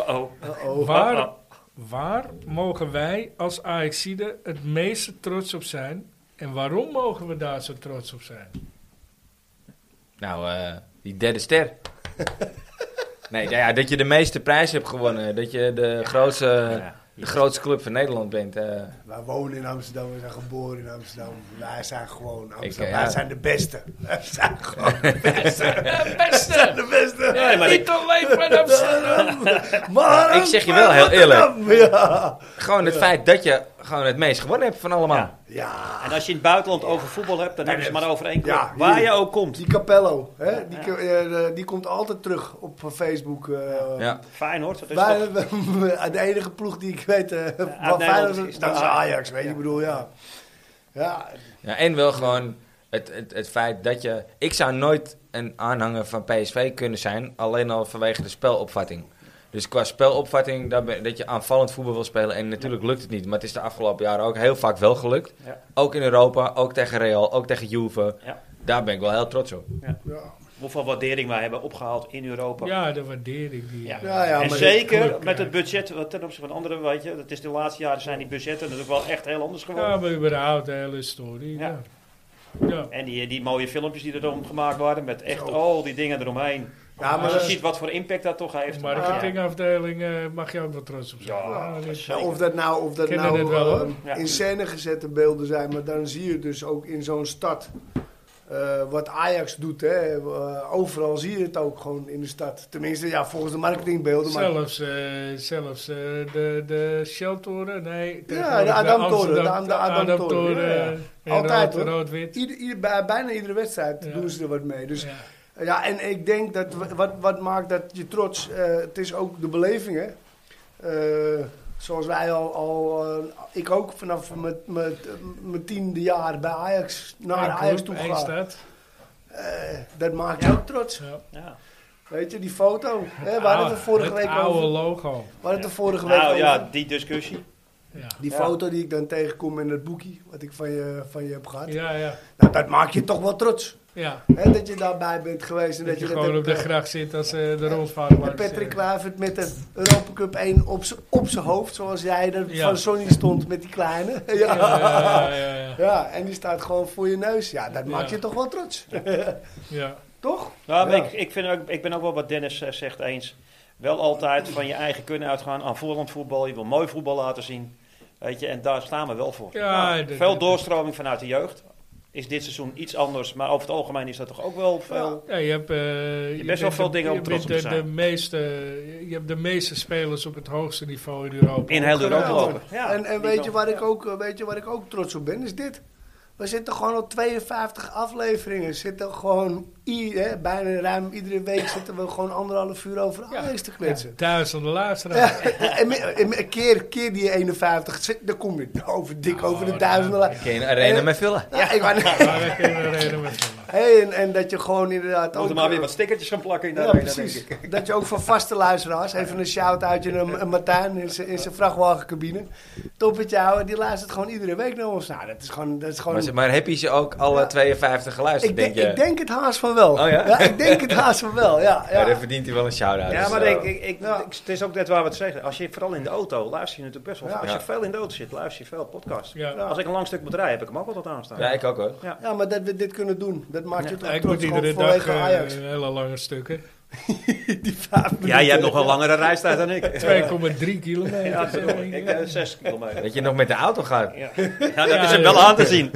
Uh-oh. Uh-oh. Waar, Oh, waar mogen wij als Ajaxide het meeste trots op zijn? En waarom mogen we daar zo trots op zijn? Nou, eh, die derde ster. nee, ja, ja, dat je de meeste prijzen hebt gewonnen. Dat je de, grootste, Ja. de grootste club van Nederland bent. eh. Wij wonen in Amsterdam, we zijn geboren in Amsterdam. Wij zijn gewoon Amsterdam. ja. Wij zijn de beste. Wij zijn gewoon de beste. Het beste! De beste. Nee, maar ik- Niet alleen van Amsterdam! Maar Ik zeg je wel heel Rotterdam, Ja. gewoon het feit dat je gewoon het meest gewonnen hebt van allemaal. Ja. ja. En als je in het buitenland over voetbal hebt, dan hebben ze maar over één club. Ja, waar hier. je ook komt. Die Capello, hè? die, ko- eh, eh, die komt altijd terug op Facebook. eh. Ja. Feyenoord, Dus dat is Wij, toch... de enige ploeg die ik weet eh van Nederland Feyenoord is is, dat dat is zo. Ajax, weet je, Ja. ik bedoel, ja. Ja, Ja, en wel gewoon het, het, het feit dat je... Ik zou nooit een aanhanger van PSV kunnen zijn, alleen al vanwege de spelopvatting. Dus qua spelopvatting, dat, ben- dat je aanvallend voetbal wil spelen. En natuurlijk lukt het niet, maar het is de afgelopen jaren ook heel vaak wel gelukt. Ja. Ook in Europa, ook tegen Real, ook tegen Juve. Ja. Daar ben ik wel heel trots op. ja. Hoeveel waardering wij hebben opgehaald in Europa. Ja, de waardering die. Ja. Ja. Ja, ja, en maar- zeker met het budget wat ten opzichte van anderen, weet je. Dat is de laatste jaren zijn die budgetten natuurlijk wel echt heel anders geworden. ja, maar überhaupt de hele story. Ja. Ja. Ja. En die, die mooie filmpjes die erom gemaakt worden, met echt al die dingen eromheen. Ja, maar Als je dat- ziet wat voor impact dat toch De heeft. marketingafdeling eh, mag je ook wel trots op zijn. Ah, Ja, dat is- Ja, of dat nou, of dat Kennen nou dit wel, eh, hoor. Ja. in scène gezette beelden zijn, maar dan zie je dus ook in zo'n stad eh, wat Ajax doet. Hè. Eh, overal zie je het ook gewoon in de stad. Tenminste, ja, volgens de marketingbeelden. Maar, Zelfs, eh, zelfs eh, de, de Shell-toren, nee. de Adam-toren, de Am- de Adam-toren, ja, ja. Altijd, Altijd hoor. eh, rood-wit. ieder, ieder- bij- bijna iedere wedstrijd Ja. doen ze er wat mee. Dus Ja. Ja, en ik denk dat w- wat, wat maakt dat je trots, eh, het is ook de beleving, hè. Eh, zoals wij al, al eh, ik ook vanaf mijn- mijn mijn tiende jaar bij Ajax, naar Eén Ajax club, toe één gegaan. stad. Eh, dat maakt je ook trots. Ja. Ja. Weet je, die foto, hè, waar het er vorige Ah, het week oude over. logo. Waar het er vorige week Nou over. ja, die discussie. Ja, Die Ja. foto die ik dan tegenkom in het boekje, wat ik van je, van je heb gehad. ja, ja. Nou, dat maakt je toch wel trots. ja. Hè, dat je daarbij bent geweest. En Dat, dat, je, dat gewoon hebt, op de eh, gracht zit als eh, de rondvaart En langs. Patrick eh, Kluivert met de Europa Cup 1 op z'n- op zijn hoofd, zoals jij er Ja. van Sonny stond met die kleine. Ja. Ja, ja, ja, ja, Ja, en die staat gewoon voor je neus. Ja, dat Ja. maakt je toch wel trots. ja. Toch? Nou, maar Ja. ik, ik, vind ook, ik ben ook wel wat Dennis eh, zegt eens. Wel altijd van je eigen kunnen uitgaan. Aanvoerend voetbal. Je wil mooi voetbal laten zien. Weet je, en daar staan we wel voor. Ja, Nou, dat- veel dat- doorstroming vanuit de jeugd. Is dit seizoen iets anders. Maar over het algemeen is dat toch ook wel veel. Ja, je hebt, eh, je best wel bent veel de- dingen om je trots bent op te de- zijn. De meeste, je hebt de meeste spelers op het hoogste niveau in Europa. In heel Europa Geweldig. lopen. Ja, en en die weet, dan- je waar ik ook, eh, weet je waar ik ook trots op ben? Is dit. We zitten gewoon al 52 afleveringen. Zitten gewoon i- hè, bijna ruim iedere week zitten we gewoon anderhalf uur over Ja. Ajax te kletsen. Duitsland de laatste Ja, en, me- en me- keer, keer die 51, zit- dan kom je over, dik over de Oh, duizenden. ja. la- Eh, Kun je een arena Eh, mee vullen? Ja, ik wou net- Maar daar kunnen we reden met vullen. Hey, en, en dat je gewoon inderdaad Moeten ook... eh, we maar weer wat stickertjes gaan plakken in de ja, arena, precies. denk ik. Dat je ook van vaste luisteraars, even een shout-outje naar M- eh, Martijn in zijn- in zijn vrachtwagencabine. Toppetje houden, die luistert gewoon iedere week naar ons. Nou, dat is gewoon... Dat is gewoon Maar, ze- maar heb je ze ook alle 52 geluisterd, ik, denk denk je? ik denk het haast van wel. Oh ja? ik denk het haast van wel, ja. Ja, ja. dan verdient hij wel een shout-out. Ja, Dus, maar eh, ik, ik, ik, ik- het is ook net waar we het zeggen. Als je vooral in de auto luister je natuurlijk best wel. Ja. Als je Ja. veel in de auto zit, luister je veel podcasts. Ja. Als ik een lang stuk moet rijden, heb ik hem ook altijd aanstaan. Ja, ik ook hoor. Ja, maar dat we dit kunnen doen, dat dat maakt je toch Nou, ik trots moet iedere gewoon vanwege dag eh, Ajax. hele lange stukken. Die vijf minuten. Ja, jij hebt nog een langere reistijd dan ik. 2,3 kilometer. Ja, zeg maar. ik eh, 6 kilometer. Dat je nog met de auto gaat. Ja. Ja, dat Ja, is hem ja. wel aan te zien.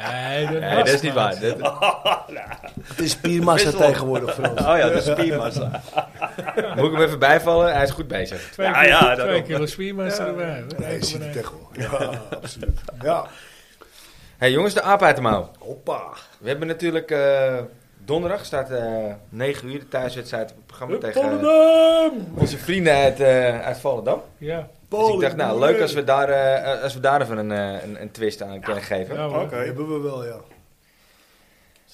Nee, dat, Nee, was dat is niet maar. waar. Dat- Het is spiermassa Wisselen. tegenwoordig, Frans. Oh ja, dat is spiermassa. moet ik hem even bijvallen? Hij is goed bezig. Twee, Ja, kilo, ja, daarom. twee kilo spiermassa erbij. Nee, je ziet het echt wel. Ja, absoluut. Ja, hey, jongens, de aap uit de mouw. hoppa. We hebben natuurlijk eh, donderdag, staat eh 9 uur, de thuiswedstrijd. op het Programma Hup, tegen Volendam! onze vrienden uit, eh uit Volendam. Ja, Dus ik dacht, nou, leuk als we daar, eh, als we daar even een, eh, een, een twist aan kunnen geven. ja Oké, hoor. hebben we wel, ja.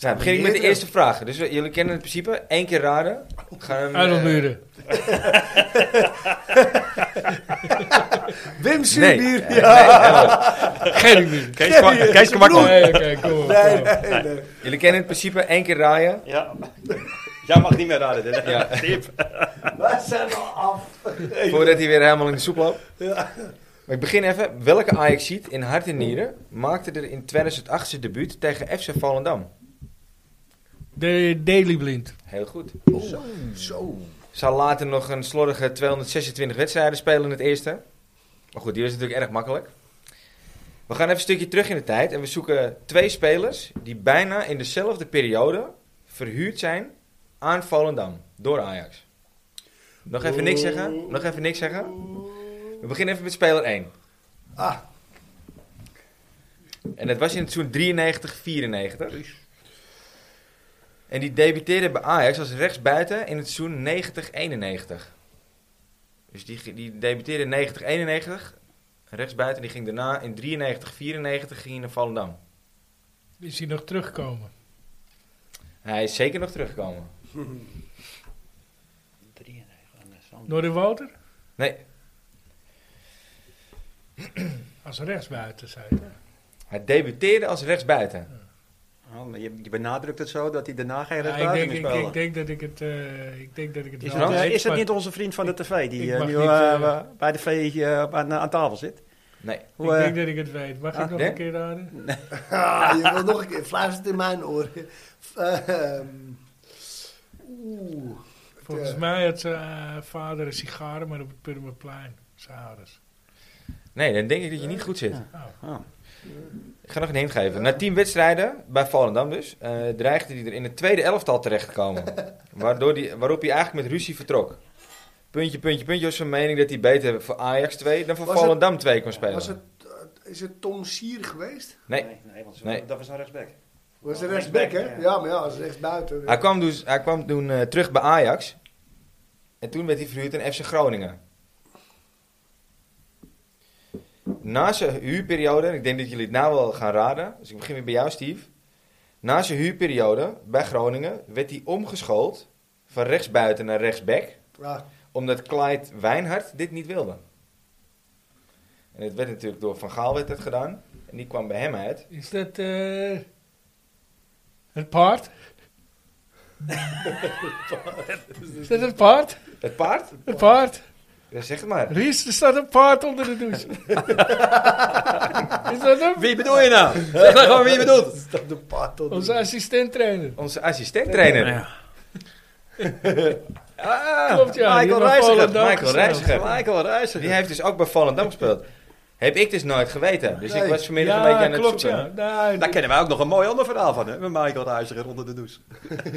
Nou, begin ik met de eerste vraag. Dus we- jullie kennen het principe. één keer raden. Gaan we hem, Uit eh, Almere. Wim Nee. Zuurbier. Eh, ja. Geen muren. Kees, kwam- Kees kwam ook. Nee, oké, kom op. Nee, kom op. nee, nee. Jullie kennen het principe. één keer raaien. Ja. Jij mag niet meer raden. Dit. Ja. Tip. Wij zijn al af. Voordat hij weer helemaal in de soep loopt. Maar ik begin even. Welke Ajaxiet in hart en nieren maakte er in 2008 zijn debuut tegen FC Volendam? De Daily Blind. Heel goed. Zo. Oh. Zo. Zou later nog een slordige 226 wedstrijden spelen in het eerste. Maar goed, die was natuurlijk erg makkelijk. We gaan even een stukje terug in de tijd en we zoeken twee spelers die bijna in dezelfde periode verhuurd zijn aan Volendam door Ajax. Nog even niks zeggen, nog even niks zeggen. We beginnen even met speler 1. Ah, En dat was in het seizoen 93-94. En die debuteerde bij Ajax als rechtsbuiten in het seizoen 90-91. Dus die, die debuteerde in 90-91, rechtsbuiten. Die ging daarna in 93-94 ging hij naar Volendam. Is hij nog teruggekomen? Hij is zeker nog teruggekomen. Noorden Wouter? Nee, Als rechtsbuiten, zei hij. hij debuteerde als rechtsbuiten. Oh, maar je, je benadrukt het zo dat hij daarna geen Ja, recht ik, denk, ik, buiten meer ik spelen. denk dat ik het, eh, ik denk dat ik het Is, wel het, dus- weet, is het maar- niet onze vriend van de tv die Ik eh, mag nu niet, eh, eh, bij de tv eh, aan, aan tafel zit? Nee. Hoe, ik eh, denk dat ik het weet. Mag ah, ik nog nee? een keer raden? ah, je wil nog een keer. Fluister het in mijn oor. Ehm, Oeh. Volgens eh, mij had zijn eh, vader een sigaren, maar op het Purmerplein. Zijn ouders. nee, dan denk ik dat je niet goed zit. Oh. Ik ga nog een hint geven. Na tien wedstrijden, bij Volendam dus, eh, dreigde hij er in het tweede elftal terecht te komen. Waardoor die, waarop hij eigenlijk met ruzie vertrok. Puntje, puntje, puntje was van mening dat hij beter voor Ajax 2 dan voor Was het- Volendam 2 kon spelen. Was het, eh, is het Tom Sier geweest? Nee. nee, want Nee. dat was een rechtsback. Was Oh, het rechtsback, rechtsback, hè? ja. Ja, maar ja, als rechtsbuiten. Hij kwam, dus, hij kwam toen eh, terug bij Ajax. En toen werd hij verhuurd aan FC Groningen. Na zijn huurperiode, en ik denk dat jullie het nou wel gaan raden, dus ik begin weer bij jou, Steve. Na zijn huurperiode bij Groningen werd hij omgeschoold van rechtsbuiten naar rechtsback, Ja, omdat Clyde Wijnhard dit niet wilde. En het werd natuurlijk door Van Gaal werd het gedaan, en die kwam bij hem uit. Is dat eh, het paard? is dat het paard? Het paard? Het paard? Ja, zeg het maar. Ries, er staat een paard onder de douche. is dat hem? Wie bedoel je nou? Zeg nou gewoon wie je bedoelt. dat de paard Oh, tot Onze assistent trainer. Onze assistent-trainer. Ah, Klopt, ja, die hebben Michael Reiziger. Volendam Michael gespeeld. Reiziger. Michael Reiziger. Die heeft dus ook bij Volendam gespeeld. Heb ik dus nooit geweten. Dus ik Nee. was vanmiddag een beetje aan het klopt, zoeken. ja. Nou, Daar kennen wij ook nog een mooi ander verhaal van, hè? Met Michael Reiziger onder de douche.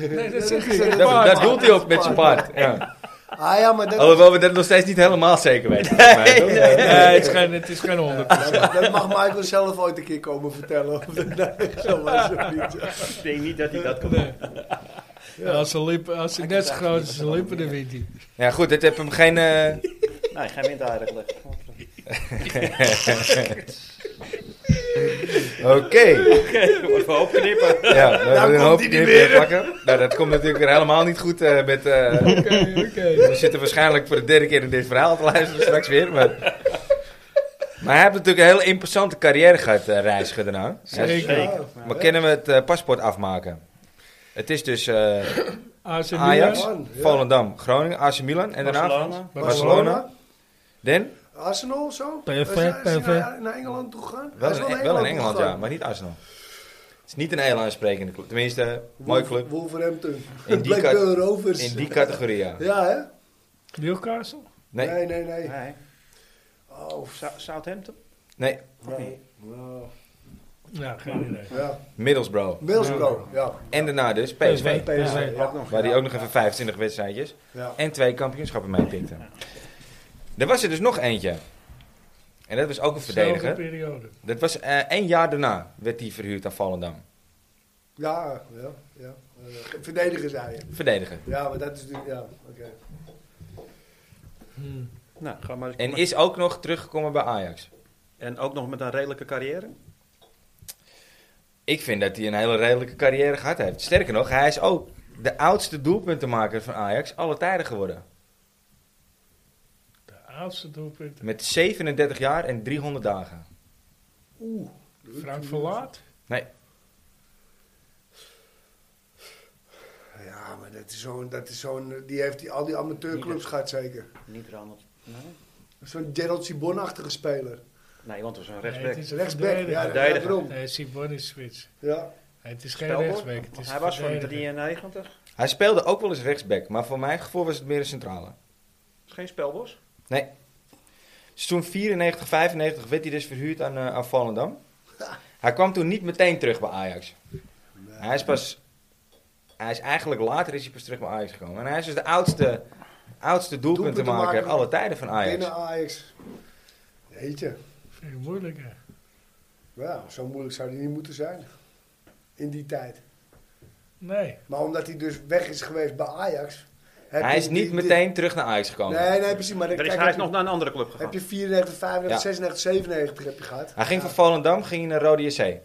nee, dat zeg ik. Dat- Het Dat, paard. dat doelt hij op met zijn paard. Ja. Ah ja, maar dat, Alhoewel we dat nog steeds niet helemaal zeker weten. Maar toch? Nee, het is geen, het is geen honderd. dat- dat mag Michael zelf ooit een keer komen vertellen. Of dat nou zo was of niet. Ik denk niet dat hij dat kan. Nee. Ja, als zijn lippen, als hij net zo groot is als zijn lippen, dan wint hij. Ja goed, dat heb hem geen... eh, Nee, geen wind eigenlijk. Oké. Wordt wel opknippen. Ja, we hebben een komt hoop hij niet knippen meer. pakken. Nou, dat komt natuurlijk weer helemaal niet goed eh, met... eh, Oké, we zitten waarschijnlijk voor de derde keer in dit verhaal te luisteren straks weer. Maar, maar hij heeft natuurlijk een hele imposante carrière gehad, eh Reiziger daarna. Zeker. Zeker. Maar kunnen we het eh, paspoort afmaken? Het is dus... eh, AC Milan. Ajax, Milan, ja. Volendam, Groningen, AC Milan en daarna Barcelona. Barcelona. Den? Arsenal of zo? PSV, Is hij- is hij PSV. naar, naar Engeland toe gegaan? Hij Wel is in, naar Eh, wel in toe Engeland, gegaan. ja, maar niet Arsenal. is niet een heel aansprekende club. Tenminste, mooie club. Wolverhampton. In die Blackburn kat- Rovers. In die categorie, ja. Ja, hè? Newcastle? Nee, Nee, nee, nee. Nee. Oh, f- Sa- Southampton? nee. nee. Wow. Ja, geen idee. Ja. Middlesbrough. Middlesbrough, ja. En daarna dus PSV. PSV. PSV, ja. Ook Waar hij ook nog even 25 wedstrijdjes Ja. en twee kampioenschappen mee pikte. Er was er dus nog eentje. En dat was ook een Zelfde verdediger. periode. Dat was eh, één jaar daarna werd hij verhuurd aan Volendam. Ja, ja, ja. Eh, verdediger zei je. Verdediger. Ja, maar dat is nu... Ja, oké. Nou, ga maar, En is ook nog teruggekomen bij Ajax. en ook nog met een redelijke carrière? Ik vind dat hij een hele redelijke carrière gehad heeft. Sterker nog, hij is ook de oudste doelpuntenmaker van Ajax alle tijden geworden. De oudste doelpunten. Met 37 jaar en 300 dagen. Frank Verlaat? Nee, Ja, maar dat is zo'n... dat is zo'n- Die heeft die, al die amateurclubs gehad, zeker. Niet Ronald. Nee, Zo'n Gerald Sibon-achtige speler. nee want het is een Nee, rechtsback. het is een Rechtsback, ja. verdediger. dat- ja, Verdediger. daarom. Nee, Sibon is spits. Ja. Het is geen Spelboor. rechtsback. Het is Hij was van verdediger. 93. Dat hij speelde ook wel eens rechtsback, maar voor mijn gevoel was het meer een centrale. is geen spelbos. Nee. Seizoen 94, 95 werd hij dus verhuurd aan, eh aan Volendam. Hij kwam toen niet meteen terug bij Ajax. Hij is pas... Hij is eigenlijk later is hij pas terug bij Ajax gekomen. En hij is dus de oudste, oudste doelpuntenmaker Doelpuntenmaker. alle tijden van Ajax. Binnen Ajax. Jeetje. Vind ik moeilijk, hè? Nou, zo moeilijk zou die niet moeten zijn. In die tijd. Nee. Maar omdat hij dus weg is geweest bij Ajax... heb Hij je is niet die- die- meteen terug naar Ajax gekomen. Nee, nee, precies. Maar dan Er is, kijk, hij is heb nog je- naar een andere club Heb gegaan. je 94, 95, Ja. 96, 97 heb je gehad? Hij ging Ja. van Volendam, ging hij naar Rode JC.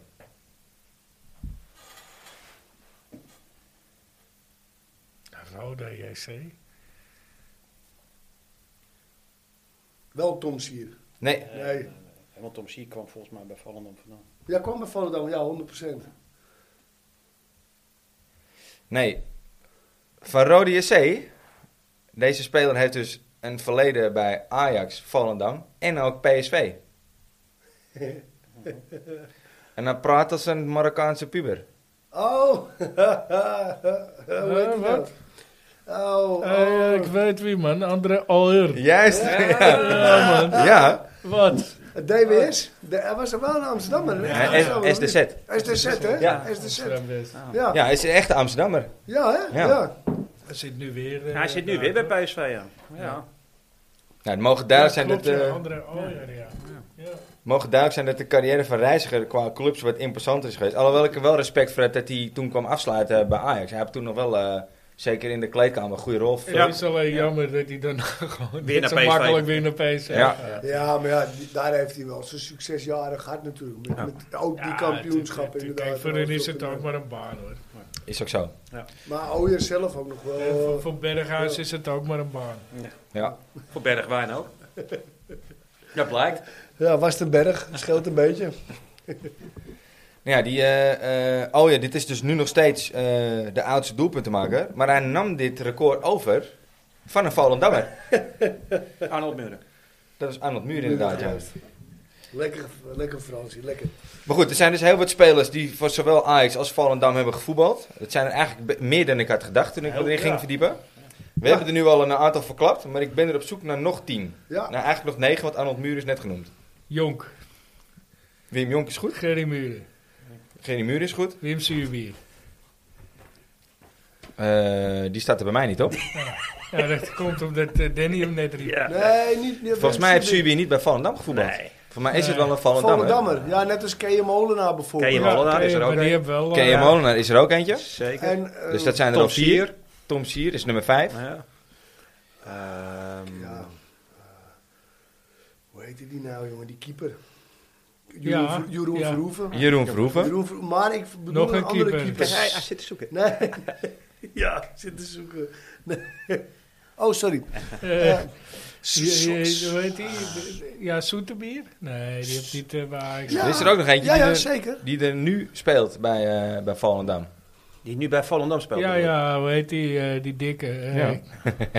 Roda JC. Oh. Wel Tom Sier. Nee, Nee. Want Tom Sier kwam volgens mij bij Volendam vandaan. Ja, kwam bij Volendam, ja, 100%. nee. Van Rode JC. Deze speler heeft dus een verleden bij Ajax, Volendam en ook PSV. En dan praat als een Marokkaanse puber. Oh! Hoe heet wat? die nou? Oh, Eh, oh. ik weet wie, man. André Alheur. Juist. Ja. Ja, man. ja. Wat? DWS? De, hij was er wel in Amsterdam. maar hij was er wel S- niet. SDZ. SDZ, hè? Ja. SDZ. Best. Ja, ja. Ja, hij is een echte Amsterdammer. hè? Ja. Ja. Hij zit nu weer... eh, Hij zit nu daar. weer bij PSV aan. Ja. Nou, het mogen duidelijk, zijn klopt, dat, ja, eh, André Alheur, ja. Ja. mogen duidelijk zijn dat de carrière van Reiziger qua clubs wat impassanter is geweest. Alhoewel ik er wel respect voor heb dat hij toen kwam afsluiten bij Ajax. Hij heeft toen nog wel, eh, zeker in de kleedkamer, een goede rol. Het vervuld. is alleen jammer dat hij dan gewoon net Weer naar zo PSV. makkelijk weer naar PSV Ja. gaat. Ja, maar ja, die- daar heeft hij wel zijn succesjaren gehad natuurlijk. Met, met ook die Ja, kampioenschappen tuurlijk, tuurlijk. inderdaad. Kijk, voor hen is het Maar ook maar een baan, hoor. Is ook zo. Maar Ooyer zelf ook nog wel. En voor, voor Berghuis is het ook maar een baan. Ja. Voor Bergwijn ook. Dat blijkt. Ja, Wastenberg. Scheelt een beetje. Nou Ja, die, eh, eh, oh ja, dit is dus nu nog steeds eh, de oudste doelpuntenmaker. Maar hij nam dit record over van een Volendammer. Arnold Murren. Dat is Arnold Muur inderdaad. Ja. Lekker, lekker Fransie, lekker. Maar goed, er zijn dus heel wat spelers die voor zowel Ajax als Volendam hebben gevoetbald. Dat zijn er eigenlijk be- meer dan ik had gedacht toen ik me Heel- erin ging ja. verdiepen. We hebben er nu al een aantal verklapt, maar ik ben er op zoek naar nog tien. Ja. Nou, eigenlijk nog negen, want Arnold Muur is net genoemd. Jonk, Wim Jonk is goed, Gerry Muren, Gerry Muur is goed. Wim Suurbier. Eh, die staat er bij mij niet op. Ja, dat komt omdat eh, Danny hem net riep. Ja. Nee, niet... niet Volgens mij heeft Subi niet bij Volendam gevoetbald. Nee. Voor mij is het Nee. wel een Volendammer. Volendammer. Ja, net als Keje Molenaar bijvoorbeeld. Keje Molenaar. oké, is er ook maar een. die hebben wel... eh, Ken je Molenaar is er ook eentje. Zeker. En, eh, Dus dat zijn er Tom al vier. Tom Sier is nummer vijf. Ja. Ehm, Ja. Hoe heette die nou, jongen? Die keeper. Jeroen, Ja, Ver- Jeroen ja. Verhoeven. Jeroen Verhoeven. Jeroen Ver- maar ik bedoel Nog een, een andere keeper. keeper. Kijk, hij, hij zit te zoeken. Nee. ja, ik zit te zoeken. Nee. Oh, sorry. eh, S- je- s- je- hoe heet die? Ja, Soeterbier? Nee, die heeft niet eh, bij Ajax. Ja. Er is er ook nog eentje Ja, die ja, er- zeker. Die er nu speelt bij, eh bij Volendam. Die nu bij Volendam speelt. Ja, bedoel ik. ja, hoe heet die, eh, die dikke? eh, Ja.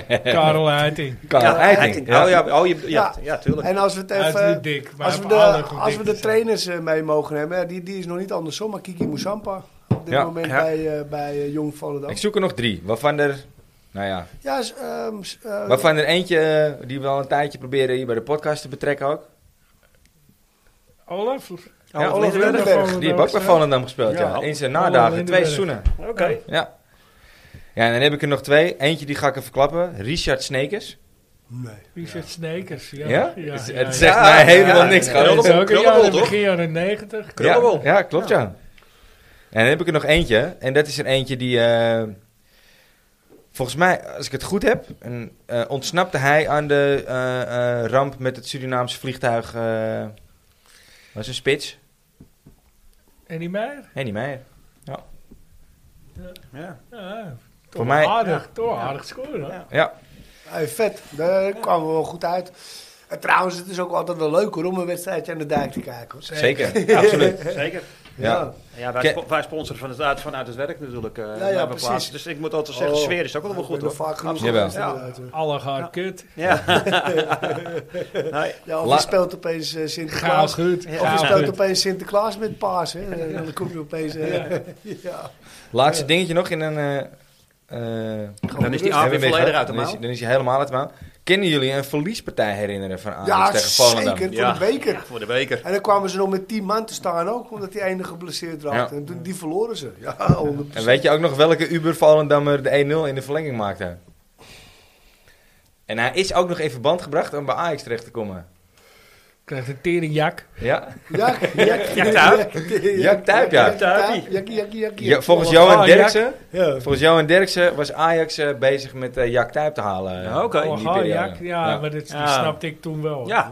Karel Heiting. Karel Ja, Eiting. Heiting. Oh, ja, oh, je, ja, ja. Ja. tuurlijk. En als we het Hij is even... niet dik, maar Als we, op de, alle goed als we dik de te trainers eh, mee mogen hebben, eh, die, die is nog niet andersom, maar Kiki Moussampa op dit Ja, moment ja. bij, eh, bij eh, Jong Volendam. Ik zoek er nog drie, waarvan er... Nou ja, Ja, is, ehm, s- eh, waarvan er eentje eh, die we al een tijdje proberen hier bij de podcast te betrekken ook. zijn. Olaf? Ja, Olaf Lindenberg. Lindenberg. Die heeft ook bij Volendam gespeeld, ja. Ja. Oh, Eens en Olaf nadagen, twee Lindenberg. seizoenen. Oké. Ja. Ja, en dan heb ik er nog twee. Eentje die ga ik even verklappen. Richard Snekers. Nee. Richard Snekers. Ja? Ja? ja, Het, ja, het ja. zegt Ja, mij ja, helemaal ja. niks. Ja, gewoon. Dat is ook een Krullebol, jaar, toch? begin jaren 90. Ja, Krullebol. ja, klopt ja. En dan heb ik er nog eentje. En dat is er eentje die... eh, volgens mij, als ik het goed heb... en, eh, ontsnapte hij aan de eh, eh, ramp met het Surinaamse vliegtuig... eh was een spits. En die Meijer? Nee, niet mij. Ja. Ja, toch Voor mij- aardig, toch aardig scoren. hoor. Ja. Ja. Hey, vet, daar kwamen we wel goed uit. En trouwens, het is ook altijd wel leuk hoor, om een wedstrijdje aan de dijk te kijken. hoor. Zeker, absoluut. Zeker. Ja. Ja, wij, Ke- spo- wij sponsoren van het, uit, vanuit het werk natuurlijk. eh, ja, bij precies. plaats. Dus ik moet altijd zeggen, Oh, sfeer is ook wel ik goed ben hoor. er vaak genoeg Jawel. geweest, inderdaad, hoor. Allergaar kut. Ja. nee, Ja, of La- je speelt opeens eh, Gaal Sinterklaas. goed. Of je Gaal speelt goed. opeens Sinterklaas met paas, hè? En dan kom je opeens... eh, ja. Laatste dingetje nog in een... eh, eh, dan is Hebben die avond we weer mee volledig gehad? uit de dan is, maal. hij- dan is hij helemaal uit de maan. Kennen jullie een verliespartij herinneren van Ajax Ja, Ah, tegen Volendam? zeker, Ja. voor de beker. Voor de beker. En dan kwamen ze nog met 10 man te staan ook, omdat die ene geblesseerd raakte. En toen, die verloren ze. Ja, 100%. En weet je ook nog welke Uber Volendammer de 1-0 in de verlenging maakte? En hij is ook nog in verband gebracht om bij Ajax terecht te komen. Krijgt een teringjack. Ja? Jak, jak, Jak Tuip. Jak Tuip, ja. Jak Tuip, Jak, jak, jak, Ja, jak. volgens Volgens Johan Ajax. Derksen, Ja. volgens Johan Derksen was Ajax eh, bezig met eh Jack Tuip te halen. eh, Ja, oké. in Oh, die gaal periode. jak. Ja, Ja. maar dat, die Ja. snapte ik toen wel. Ja.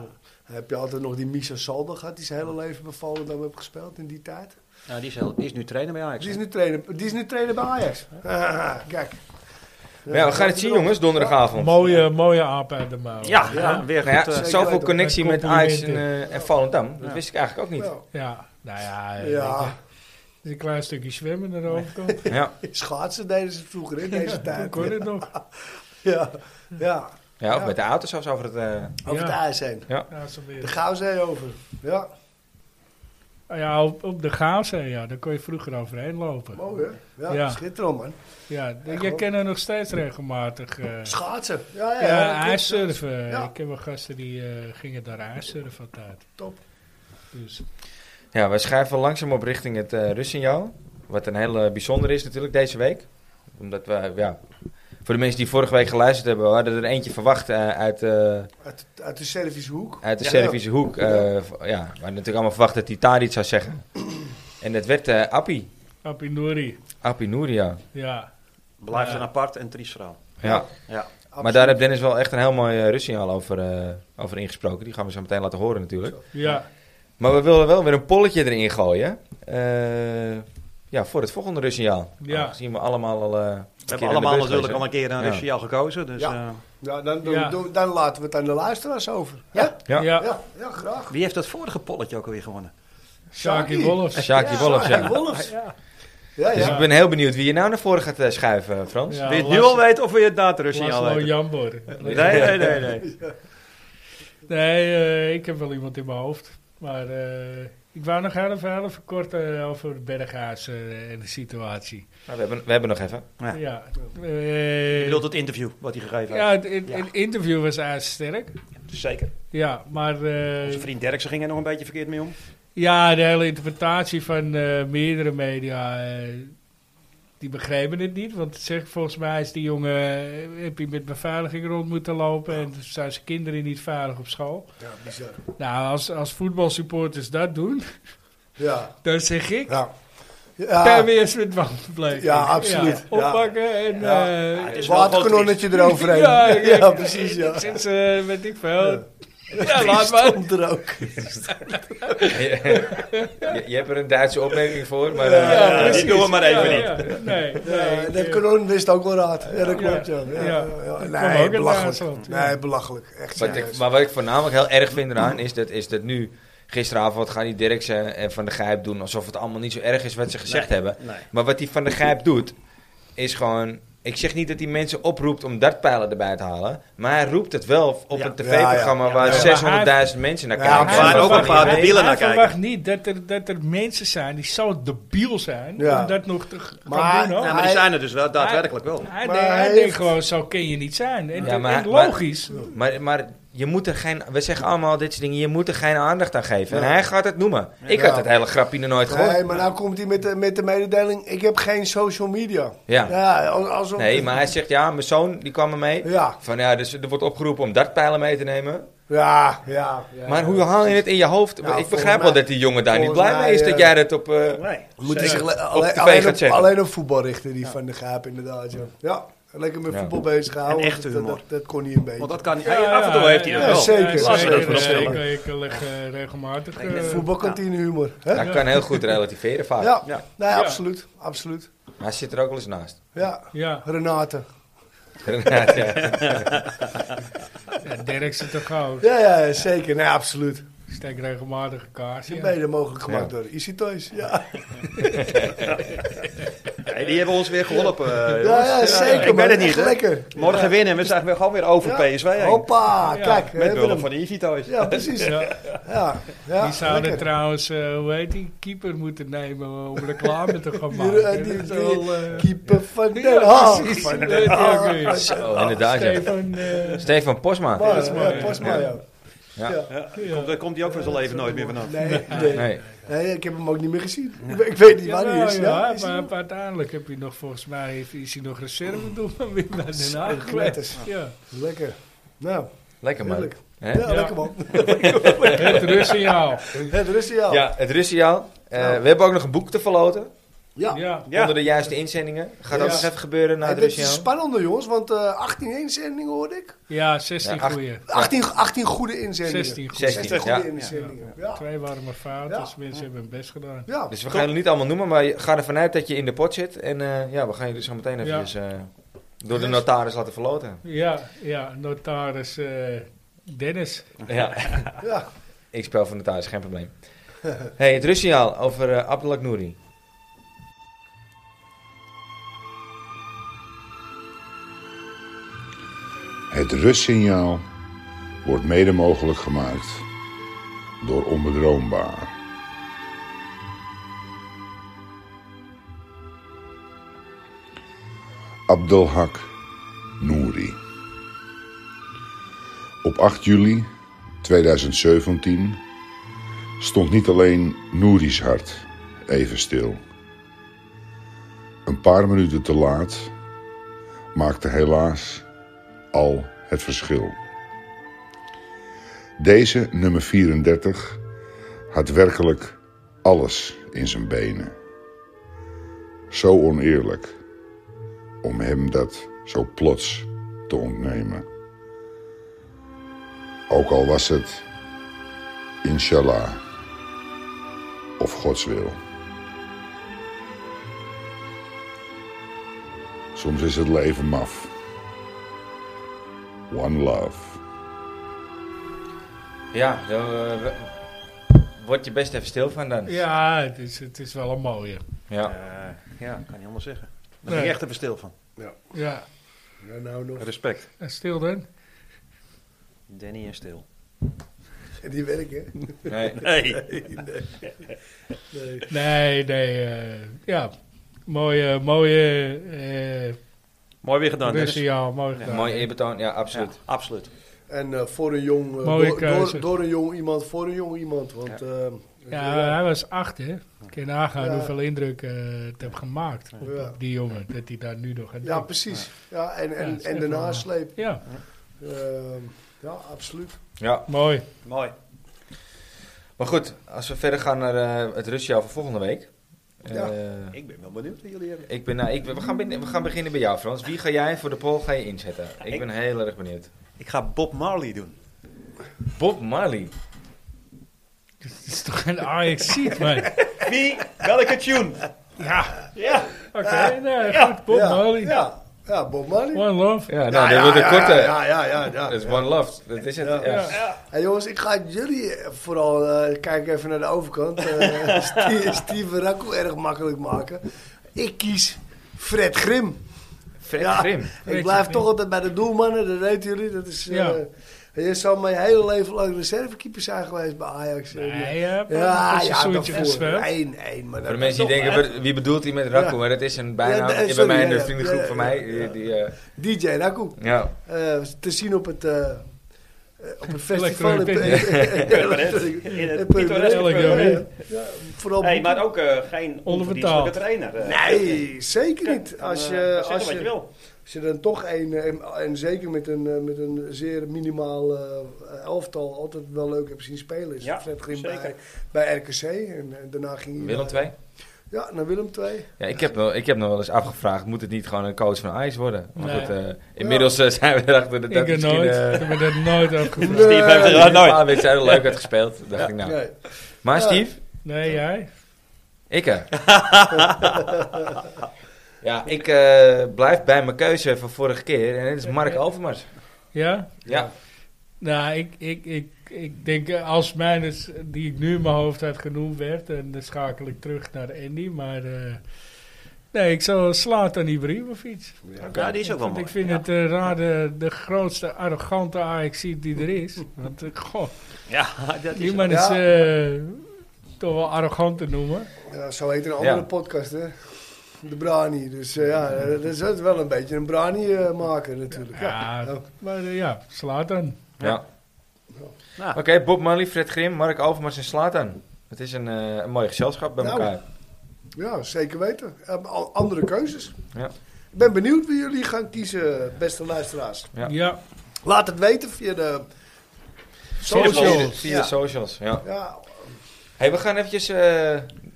Dan Heb je altijd nog die Misha Salber gehad, die zijn hele leven bij Volendam heeft gespeeld in die tijd? Nou, die, is heel- die is nu trainer bij Ajax. Die is nu trainer, die is nu trainer bij Ajax. Ah, kijk. Ja, we gaan het zien jongens, donderdagavond. Mooie, mooie aap uit de mouw. Ja, ja, weer goed. Nou ja, eh, zeker zoveel weten. connectie met Ajax en, Complimenten. eh en Volendam, dat wist ik eigenlijk ook niet. Nou, Ja, nou ja. eh, weet je, ja, het is een klein stukje zwemmen aan de overkant. Ja. schaatsen deden ze vroeger in deze Toen tijd. kon het nog. Ja, ja. Ja, of Ja. met de auto's zelfs over het... eh, Over Ja. het ijs heen. Ja, zo De weer. Ah, Gouwzee over. Ja, Ja, op, op de Gaalzee, ja. Daar kon je vroeger overheen lopen. mooi hè? Ja, Ja. schitterend man. Ja, d- jij gewoon. kent er nog steeds regelmatig. eh, Schaatsen. Ja, ja, ja, dat klopt. ijssurfen. Ja. Ik heb wel gasten die eh, gingen daar ijssurfen altijd. Top. Dus, Ja, wij schrijven langzaam op richting het eh rustsignaal. Wat een hele bijzonder is natuurlijk deze week. Omdat we, ja... Voor de mensen die vorige week geluisterd hebben, we hadden er eentje verwacht eh, uit, eh, Uit, uit de Servische hoek. uit de Ja. Servische hoek. eh, v- ja, we hadden natuurlijk allemaal verwacht dat hij daar iets zou zeggen. En dat werd eh Appie. Apinori, Appie Nouria. ja. Blijft Ja. een apart en triest verhaal. Ja, Ja. maar daar heeft Dennis wel echt een heel mooi eh, rustsignaal over, eh, over ingesproken. Die gaan we zo meteen laten horen natuurlijk. Ja, Maar we willen wel weer een polletje erin gooien. Eh, ja, voor het volgende rustsignaal. Ja. Zien we allemaal al... eh, een We keer hebben aan de allemaal beurt natuurlijk geweest, al een keer Ja. een Russiaal gekozen. Dus, Ja. eh, Ja, dan, dan, Ja. dan, dan laten we het aan de luisteraars over. Ja? Ja. ja. Ja, ja, graag. wie heeft dat vorige polletje ook alweer gewonnen? Shaki Shaki. Wolfs. Sjaakje Wolfs, ja. Hey, Wolfs. Ja, Dus ja. ik ben heel benieuwd wie je nou naar voren gaat eh, schuiven, Frans. Ja, Wie het nu Lars- al weet of wie het na het Russiaal Laszlo weet? Jambor. Nee, nee, nee. nee. Nee, eh, ik heb wel iemand in mijn hoofd. Maar eh, ik wou nog heel even, heel even kort eh, over Berghuis eh, en de situatie. Maar we, hebben, we hebben nog even. Ja. Ja. Eh, Ik bedoel het interview wat hij gegeven ja, heeft. het, het- het interview was eigenlijk sterk. Zeker. Ja, maar eh, Onze vriend Derksen ging er nog een beetje verkeerd mee om. ja, de hele interpretatie van eh, meerdere media, eh, die begrepen het niet. Want zeg, volgens mij is die jongen, eh, heb hij met beveiliging rond moeten lopen en zijn zijn kinderen niet veilig op school. Ja, bizar. Nou, als, als voetbalsupporters dat doen, Ja, dan zeg ik, ja. Daar Ja, weer eens met wand blijven. Ja, absoluut. Ja. oppakken en... Ja. eh, het is wel waterkanonnetje eroverheen. Ja, Ja, ja, precies, ja. dat zit ze, weet ik veel. Ja. Ja, laat maar. Stond er ook. je, je hebt er een Duitse opmerking voor, maar... eh, Ja, die precies. doen we maar even Ja, ja. Nee, nee. Ja, de kanon wist ook wel raad. Ja, dat Ja. klopt, ja. Ja, Ja. ja, ja. Dat kwam ook Nee, in belachelijk. Duitsland, ja. Nee, belachelijk. Echt wat serieus. ik, maar wat ik voornamelijk heel erg vind eraan, is dat, is dat nu gisteravond gaan die Dirksen en Van de Gijp doen alsof het allemaal niet zo erg is wat ze gezegd Nee, hebben. Nee. Maar wat die Van de Gijp doet, is gewoon... Ik zeg niet dat hij mensen oproept om dartpijlen erbij te halen. Maar hij roept het wel op Ja. een tv-programma Ja, ja. waar Ja. 600.000 mensen naar Ja, kijken. maar waar Dat ook kan een niet paar meer. Hij- debielen hij naar kijken. verwacht niet dat er, dat er mensen zijn die zo debiel zijn Ja. om dat nog te g- gaan Maar- doen. Hoor. Ja, maar die Hij- zijn er dus wel, daadwerkelijk wel. Hij, Maar denkt- hij hij denkt heeft- gewoon, zo kun je niet zijn. En, Ja, en maar- logisch. Maar, maar je moet er geen... We zeggen allemaal dit soort dingen. Je moet er geen aandacht aan geven. En Nee. hij gaat het noemen. Ik Ja. had het hele grapje nog nooit gehoord. Nee, maar nou komt hij met de, met de mededeling, ik heb geen social media. Ja. Ja, al- alsof... Nee, maar hij zegt, ja, mijn zoon die kwam er mee. Ja, Van ja, dus er wordt opgeroepen om dartpijlen mee te nemen. ja, ja. ja. maar hoe haal je het in je hoofd? Nou, ik volgens begrijp wel mij- dat die jongen daar niet volgens blij mee mij, is dat eh, jij dat op... eh, Nee. Moet hij Ze- zich le- tv alleen, gaat alleen, op, zeggen. alleen op voetbal richten, die Van de Gaap inderdaad. Ja, ja lekker met Ja. voetbal bezig houden. En echte dat, humor. dat, dat kon hij een beetje. Want dat kan niet. Ja, af en toe ja, heeft hij ja, dat wel. zeker. Laten we dat vooropstellen. Ik, ik, ik leg eh, regelmatig... eh, Voetbalkantine humor. Hè? Hij kan heel goed relativeren vaak. Ja, Ja. Nee, Ja. absoluut. absoluut. Maar Hij zit er ook wel eens naast. Ja. ja, Renate. Inderdaad, ja. ja, Dirk zit er gauw. Ja, ja, zeker. Nee, absoluut. Steek regelmatig een kaars. Ze Ja. mede mogelijk gemaakt Ja. door Easy Toys. Ja, Nee, die hebben ons weer geholpen. eh, ja, jongens. ja zeker. Ik ben man. het niet. Echt hè. Lekker. Morgen winnen. We zijn weer gewoon weer over Ja. PSV heen. Hoppa, Ja, Met kijk. we hebben behulp hem. van de Ivito's. Ja, precies. Ja, Ja. ja, ja die zouden lekker. trouwens, eh, hoe heet die, keeper moeten nemen om reclame te gaan Die, eh, maken. die- Dat is die- wel, eh, Keeper Ja, van Den Haag. precies. Van Dat Den is ook Haag. weer. Zo, Oh, inderdaad, ja. Stefan, eh, Stefan Posma. Postma, ja, Postma, ja. Ja. Ja. Ja, komt- Daar komt hij ook voor zijn leven nooit meer vanaf. Nee, nee. Nee. Nee, ik heb hem ook niet meer gezien. Ik weet- Ik weet niet waar hij jawel, is. ja, Ja, is hij maar, nog? maar uiteindelijk heb je nog volgens mij is hij nog reserve doen van weer naar Den Zo, Haag knetters. geweest. Ja. Lekker. Nou, Lekker man. heerlijk. Hè? Ja, Ja. lekker man. Het rustsignaal. Het Russiaal. Ja, het Russiaal. Eh, Ja. We hebben ook nog een boek te verloten. Ja. Nou, Ja. Ja. Onder de juiste inzendingen. Gaat dat Ja. nog even gebeuren na Hey, het dit is Russiaal? spannender, jongens, want eh 18 inzendingen hoorde ik. ja, 16 Ja, acht- goeie. 18, 18 goede inzendingen. 16 goeie. 16. 16 goede ja. inzendingen. Ja. Twee waren maar fout, Ja. dus mensen hebben hun best gedaan. Ja. Dus we gaan het niet allemaal noemen, maar je- ga ervan uit dat je in de pot zit. En eh, ja, we gaan jullie zo meteen even Ja. dus, eh, door de notaris laten verloten. Ja, ja notaris eh, Dennis. Ja. ja. Ik speel voor notaris, geen probleem. hey, het Russiaal over eh Abdelak Nouri. Het rustsignaal wordt mede mogelijk gemaakt door onbedroombaar. Abdelhak Nouri. Op 8 juli 2017 stond niet alleen Nouri's hart even stil. Een paar minuten te laat maakte helaas al het verschil. Deze nummer 34 had werkelijk alles in zijn benen. Zo oneerlijk om hem dat zo plots te ontnemen. Ook al was het inshallah of Gods wil. Soms is het leven maf. One love. Ja, dan, eh, we- word je best even stil van dan. Ja, het is, het is wel een mooie. Ja. Eh, ja, kan niet anders zeggen. Daar Nee. ben ik echt even stil van. Ja, Ja, nou nog. Respect. en stil dan. Danny en stil. Die werken. hè? Nee. Nee. Nee. Nee, nee, eh, ja. Mooie, mooie eh Mooi weer gedaan, Dennis. rustsignaal, mooi gedaan. Mooi eerbetoon, ja, absoluut. Ja, absoluut. En eh, voor een jong... eh, Mooie door, keuze. door, door een jong iemand, voor een jong iemand. Want, Ja. eh, Ja, hij was acht, hè? Kun je nagaan Ja. hoeveel indruk eh, het heeft gemaakt op, Ja. op die jongen, dat hij daar nu nog aan ja, denkt. precies. Ja, en, Ja, en, het is en de echt wel- nasleep. Ja, Ehm, ja, absoluut. Ja. mooi. Mooi. Maar goed, als we verder gaan naar eh, het Russiaal van volgende week. Eh, Ik ben wel benieuwd wat jullie hebben. Ik ben, nou, ik, ben- we, gaan binnen- we gaan beginnen bij jou, Frans. Wie ga jij voor de poll ga je inzetten? Ik ik- ben heel erg benieuwd. Ik ga Bob Marley doen. Bob Marley. Het is toch een ajax seat man? Wie? Welke tune? Ja, Ja. oké, nou, goed, Bob ja, Marley. Ja, Ja, Bob Marley. One love. Ja, ja, nou, dit wordt een ja, korte. Ja, ja, ja. ja, Dat is ja. one love. Dat is het. Ja. ja. Hey, jongens, ik ga jullie vooral eh, kijken even naar de overkant. eh Steve, Steven Rakkel erg makkelijk maken. Ik kies Fred Grim. Fred Ja, Grim. Ik Fred blijf Grim. toch altijd bij de doelmannen, dat weten jullie. Dat is, eh, Ja. je zal mijn hele leven lang reservekeeper zijn geweest bij Ajax. Nee, je hebt ja, een ja, seizoentje daarvoor. gespeeld. Eén, één. Maar Voor de dat mensen die toch, denken, wat- wie bedoelt hij met Rakko? Ja. Maar dat is een bijnaam Ja, eh, bij sorry, mij in ja, de ja. vriendengroep Ja, van ja, mij. ja. Die, die, eh, DJ Rakkel. ja. eh, te zien op het, eh, eh, op het festival. Electronic in- In het in pittoresk. Ja, ja. Vooral Hey, maar ook eh, geen onverdienstelijke Onderbetaald. trainer. eh. Nee, zeker niet. Dan, eh, Als je, zeg als wat je je, wil. als je dan toch een, eh, en, en zeker met een, eh, met een zeer minimaal eh, elftal, altijd wel leuk hebt zien spelen. Is Ja, Fred Grim bij, zeker. bij RKC en, en daarna ging hij Willem naar- 2? Ja, naar Willem 2. Ja, ik heb, wel, ik heb nog wel eens afgevraagd, moet het niet gewoon een coach van Ajax worden? Want Nee. het, eh, inmiddels eh, zijn we erachter dat dat Ik heb misschien... nooit. eh, Ik heb me dat nooit Nee. afgevraagd. Steve heeft het een nooit. paar wedstrijden leuk had gespeeld. dacht ik nou. Nee. Maar Ja. Steve, Nee, jij? ik hè? ja, ik eh, blijf bij mijn keuze van vorige keer. En dat is Mark Overmars. Ja? Ja. Nou, ik, ik, ik, ik denk eh, als mijn is- die ik nu in mijn hoofd had genoemd werd, en dan schakel ik terug naar Andy, maar eh, nee, ik zou Slatan Ibrahimovic. Ja, die is ook wel Want mooi. ik vind ja. het eh, raar de, de grootste arrogante ajax die er is. Want eh, goh, Ja, dat is die man is Ja. eh, toch wel arrogant te noemen. Ja, zo heet een andere Ja. podcast, hè. De Brani. Dus eh, ja, eh, dat is wel een beetje een Brani-maker natuurlijk. Ja, Ja. maar eh, ja, Slatan. Ja. Ja. Nou. Oké, Bob Marley, Fred Grim, Mark Overmars en Slatan. Het is een, eh, een mooi gezelschap bij Nou. elkaar. Ja, zeker weten. Eh, maar al- Andere keuzes. Ja. Ik ben benieuwd wie jullie gaan kiezen, beste luisteraars. Ja. Ja. Laat het weten via de Via de, Socials. via de Ja. socials, ja. Ja, hey, we gaan eventjes... eh,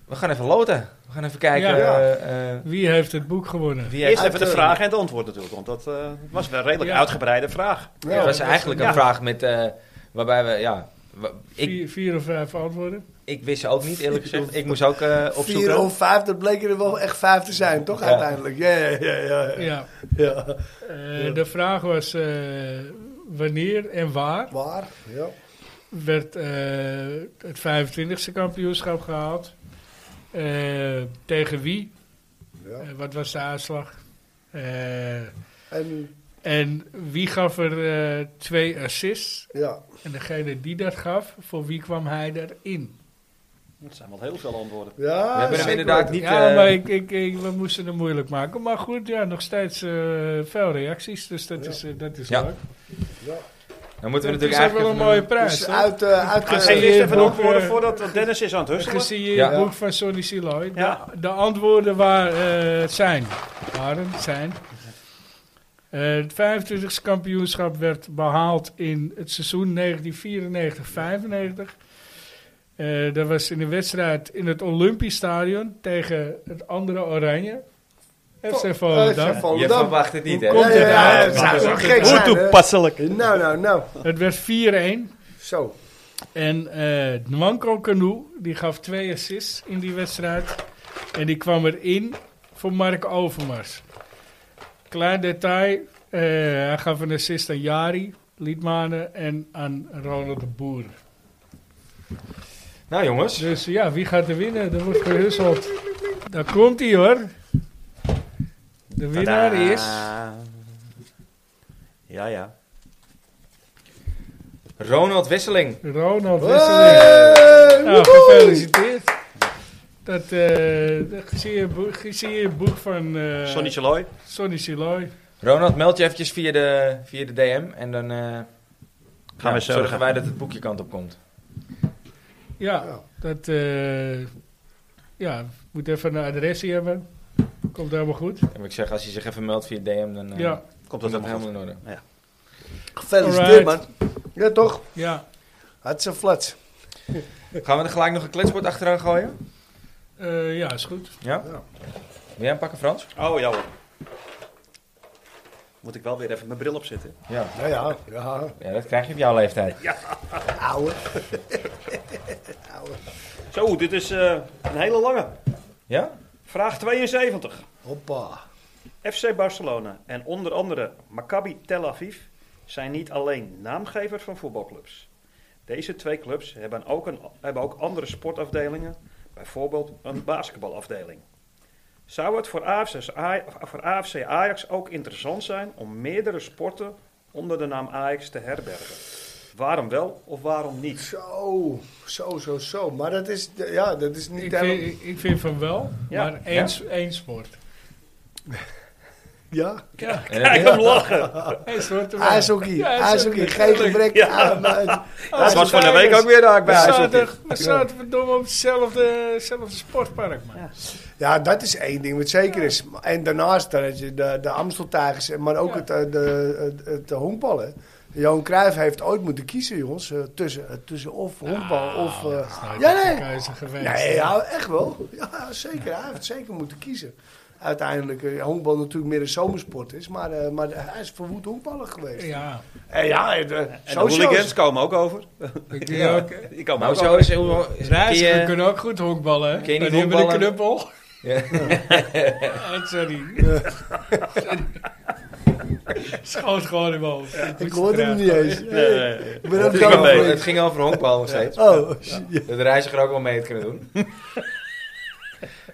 we gaan even loten. We gaan even kijken Ja. eh, eh, Wie heeft het boek gewonnen? wie heeft... Eerst even de Uit, eh, vraag en het antwoord natuurlijk, want dat eh, was wel een redelijk Ja. uitgebreide vraag. ja, het was eigenlijk een ja. vraag met... eh, waarbij we, ja... wa- Ik, Vier, vier of vijf antwoorden? ik wist ze ook niet, eerlijk gezegd. Ik moest ook eh, opzoeken. Vier of vijf, dat bleken er wel echt vijf te zijn, toch? Ja. Uiteindelijk. Ja, ja, ja. ja, ja. Ja. ja. Eh, De vraag was eh, wanneer en waar Waar? Ja. werd eh, het 25e kampioenschap gehaald? Eh, tegen wie? ja. Eh, wat was de uitslag? Eh, En en wie gaf er eh, twee assists? ja. En degene die dat gaf, voor wie kwam hij erin? Dat zijn wel heel veel antwoorden. ja We hebben hem zeker inderdaad weten. niet... ja, eh, maar ik, ik, ik- we moesten het moeilijk maken. Maar goed, ja, nog steeds eh, veel reacties, dus dat Ja. is, eh, dat is Ja. leuk. Ja. Dan moeten we Het is natuurlijk ook wel eigenlijk... een even- mooie prijs, Dus hoor. uit, eh uit Maar Als eh, geef je eerst het even boek, antwoorden eh, voordat want Dennis is aan het Het husselen. gesigneerde Ja. boek van Sonny Siloy. De- Ja. De, antwoorden waar, eh, zijn, waren, zijn. Eh, het 25e kampioenschap werd behaald in het seizoen 1994-95. Eh, dat was in een wedstrijd in het Olympisch Stadion tegen het andere Oranje. FC Volendam. eh, Je Volendam. verwacht het niet, hè? Hoe komt Ja, ja, ja, uit? het zou zo Hoe gek zijn, hè? toepasselijk. Nou, nou, nou. Het werd 4-1. Zo. En eh Nwanko Kanu, die gaf twee assists in die wedstrijd. En die kwam erin voor Mark Overmars. Klein detail, eh, hij gaf een assist aan Jari Liedmanen en aan Ronald de Boer. Nou, jongens. Dus ja, wie gaat er winnen? Er wordt gehusteld. Daar komt hij hoor. De winnaar is... Ja, ja. Ronald Wisseling. Ronald Wesseling. Hey, Nou, woehoe. gefeliciteerd. Dat eh, zie je boek- zie je boek van eh, Sonny Chaloy. Sonny Siloy. Ronald, meld je eventjes via de, via de DM. En dan eh, ja, Gaan we zorgen zorgen. wij dat het boekje kant op komt. Ja, Ja. dat eh, ja, moet even een adresje hebben. Komt helemaal goed. En ik zeg, als je zich even meldt via DM, dan eh, Ja, Komt komt dat dat helemaal helemaal goed. in orde. Gefeliciteerd, Alright. man. Ja, toch? ja. Het is een flats. Gaan we er gelijk nog een kletsbord achteraan gooien? Eh, ja, is goed. Ja? Ja. Wil jij hem pakken, Frans? Oh, ja hoor. Moet ik wel weer even mijn bril opzetten. Ja. Ja, ja. Ja, ja, dat krijg je op jouw leeftijd. ouwe. Zo, dit is eh, een hele lange. Ja? Vraag 72. Hoppa. FC Barcelona en onder andere Maccabi Tel Aviv zijn niet alleen naamgevers van voetbalclubs. Deze twee clubs hebben ook, een, hebben ook andere sportafdelingen, bijvoorbeeld een basketbalafdeling. Zou het voor AFC, Aj- voor AFC Ajax ook interessant zijn om meerdere sporten onder de naam Ajax te herbergen? Waarom wel of waarom niet? Zo, zo, zo, zo. Maar dat is, ja, dat is niet Ik helemaal- vind, ik vind van wel, Ja. maar één, s- één sport. Ja. En Kijk dat- hem lachen! Eén sport Ah, te wel. Azoki, Ja, Azoki, geen gebrek aan. maar- Dat was van de week ook weer raak bij We AFC. zaten, we zaten verdomme op hetzelfde, hetzelfde sportpark, man. Ja, dat is één ding wat zeker is. En daarnaast dan had je de, de Amsteltijgers, maar ook Ja. het, eh, de, het, het honkballen. Johan Cruijff heeft ooit moeten kiezen, jongens, eh, tussen, eh, tussen of honkbal Ah, of... eh, ja, Nooit nee. nou een keuze geweest. Nee, ja, echt wel. Ja, zeker. Hij heeft zeker moeten kiezen. Uiteindelijk, eh, honkbal natuurlijk meer een zomersport is, maar, eh, maar hij is verwoed honkballer geweest. Ja, Ja, ja eh, de- En de sowieso. hooligans komen ook over. ik denk Ja. ook. Die komen Maar ook zo over. is is- Reizigers kun je- kunnen ook goed honkballen, hè? kun je niet Die hebben een honkballen? knuppel. Ja. Ah, Sorry. Sorry. Schoot gewoon in mijn hoofd. Ik hoorde hem niet eens. Nee, nee, nee. Ik ben ook Het ging, over, dood. het ging over honkbal nog steeds. Oh, Dat de reiziger ook wel mee had kunnen doen.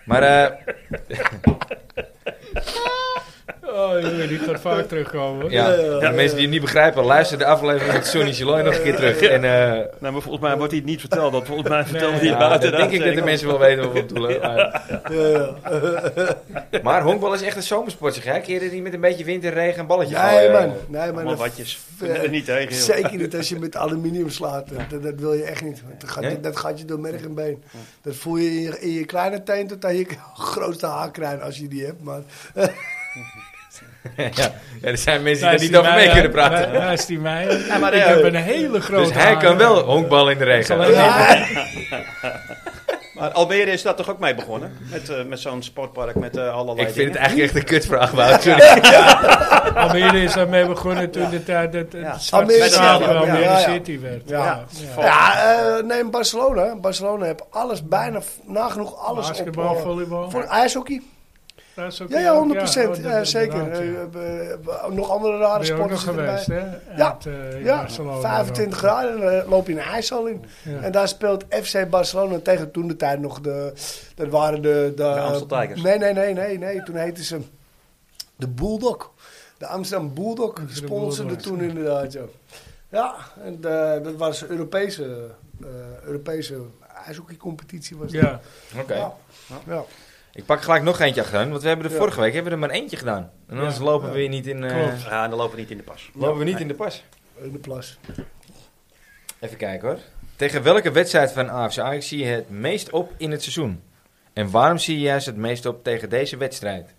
maar eh, Oh, jongen, die gaat vaak terugkomen. ja, Ja, ja, ja. de mensen die het niet begrijpen, luister de aflevering met Sonny Chiloy nog een keer terug. En, eh, Nou, maar volgens mij wordt hij het niet verteld. Want volgens mij vertelde hij ja, het buiten. dat denk ik dat de mensen wel weten wat we bedoelen. Maar, ja, ja. maar honkbal is echt een zomersport, zeg. hè? Kun je er niet met een beetje wind en regen een balletje Nee, eh, gooien? man. Nee, man. Maar dat- watjes. er niet tegen. joh. Zeker niet als je met aluminium slaat. Dat- Dat, dat wil je echt niet. want Dat gaat, Nee? dat gaat je door merg en been. Dat voel je in je, in je kleine teen tot aan je grootste haarkruin als je die hebt. Oh, Maar ja. Ja, er zijn mensen die Daar daar is niet die over mee mij, kunnen hè? praten. Daar- Daar is die mij. maar, ik eh, heb een hele grote Dus hij kan haren. wel honkbal in de regen. Alleen- ja, Maar Almere is daar toch ook mee begonnen? Met, eh, met zo'n sportpark met eh, allerlei Ik vind het dingen. eigenlijk echt een kutvraag, Wout. Sorry. Almere is daarmee begonnen toen de tijd dat het Ja. zwarte Almere stadion City, ja, Almere ja, ja. City werd. Ja. Ja. Ja. ja eh, neem Barcelona. Barcelona heeft alles, bijna v- nagenoeg alles Basketbal, op. eh, volleybal. voor ijshockey? Dat is ook- Ja, ja, 100 oh, dat- Ja, dat- zeker. inderdaad, Eh, ja. eh, eh, nog andere rare Ben je ook sporten nog zitten erbij. geweest, hè? Ja. Uit, eh, in Ja, Barcelona 25 dan. graden en dan loop je in een ijshal in. Ja. En daar speelt FC Barcelona tegen toen de tijd nog de... Dat waren de... De, De Amstel Tigers. Nee, nee, nee, nee, nee. Toen heette ze de Bulldog. De Amsterdam Bulldog sponsorde Bulldogs, toen inderdaad, ja. Ja, en de- dat was een Europese, eh Europese ijshockeycompetitie was dat. Ja. Oké. Ja. Ja. Ik pak gelijk nog eentje achteraan, want we hebben de Ja. vorige week hebben we er maar eentje gedaan. En anders Ja, lopen ja. we weer niet in, eh, Klopt. Ja, en dan lopen we niet in de pas. lopen we niet in de pas. in de plas. Even kijken hoor. Tegen welke wedstrijd van AFC Ajax zie je het meest op in het seizoen? En waarom zie je juist het meest op tegen deze wedstrijd?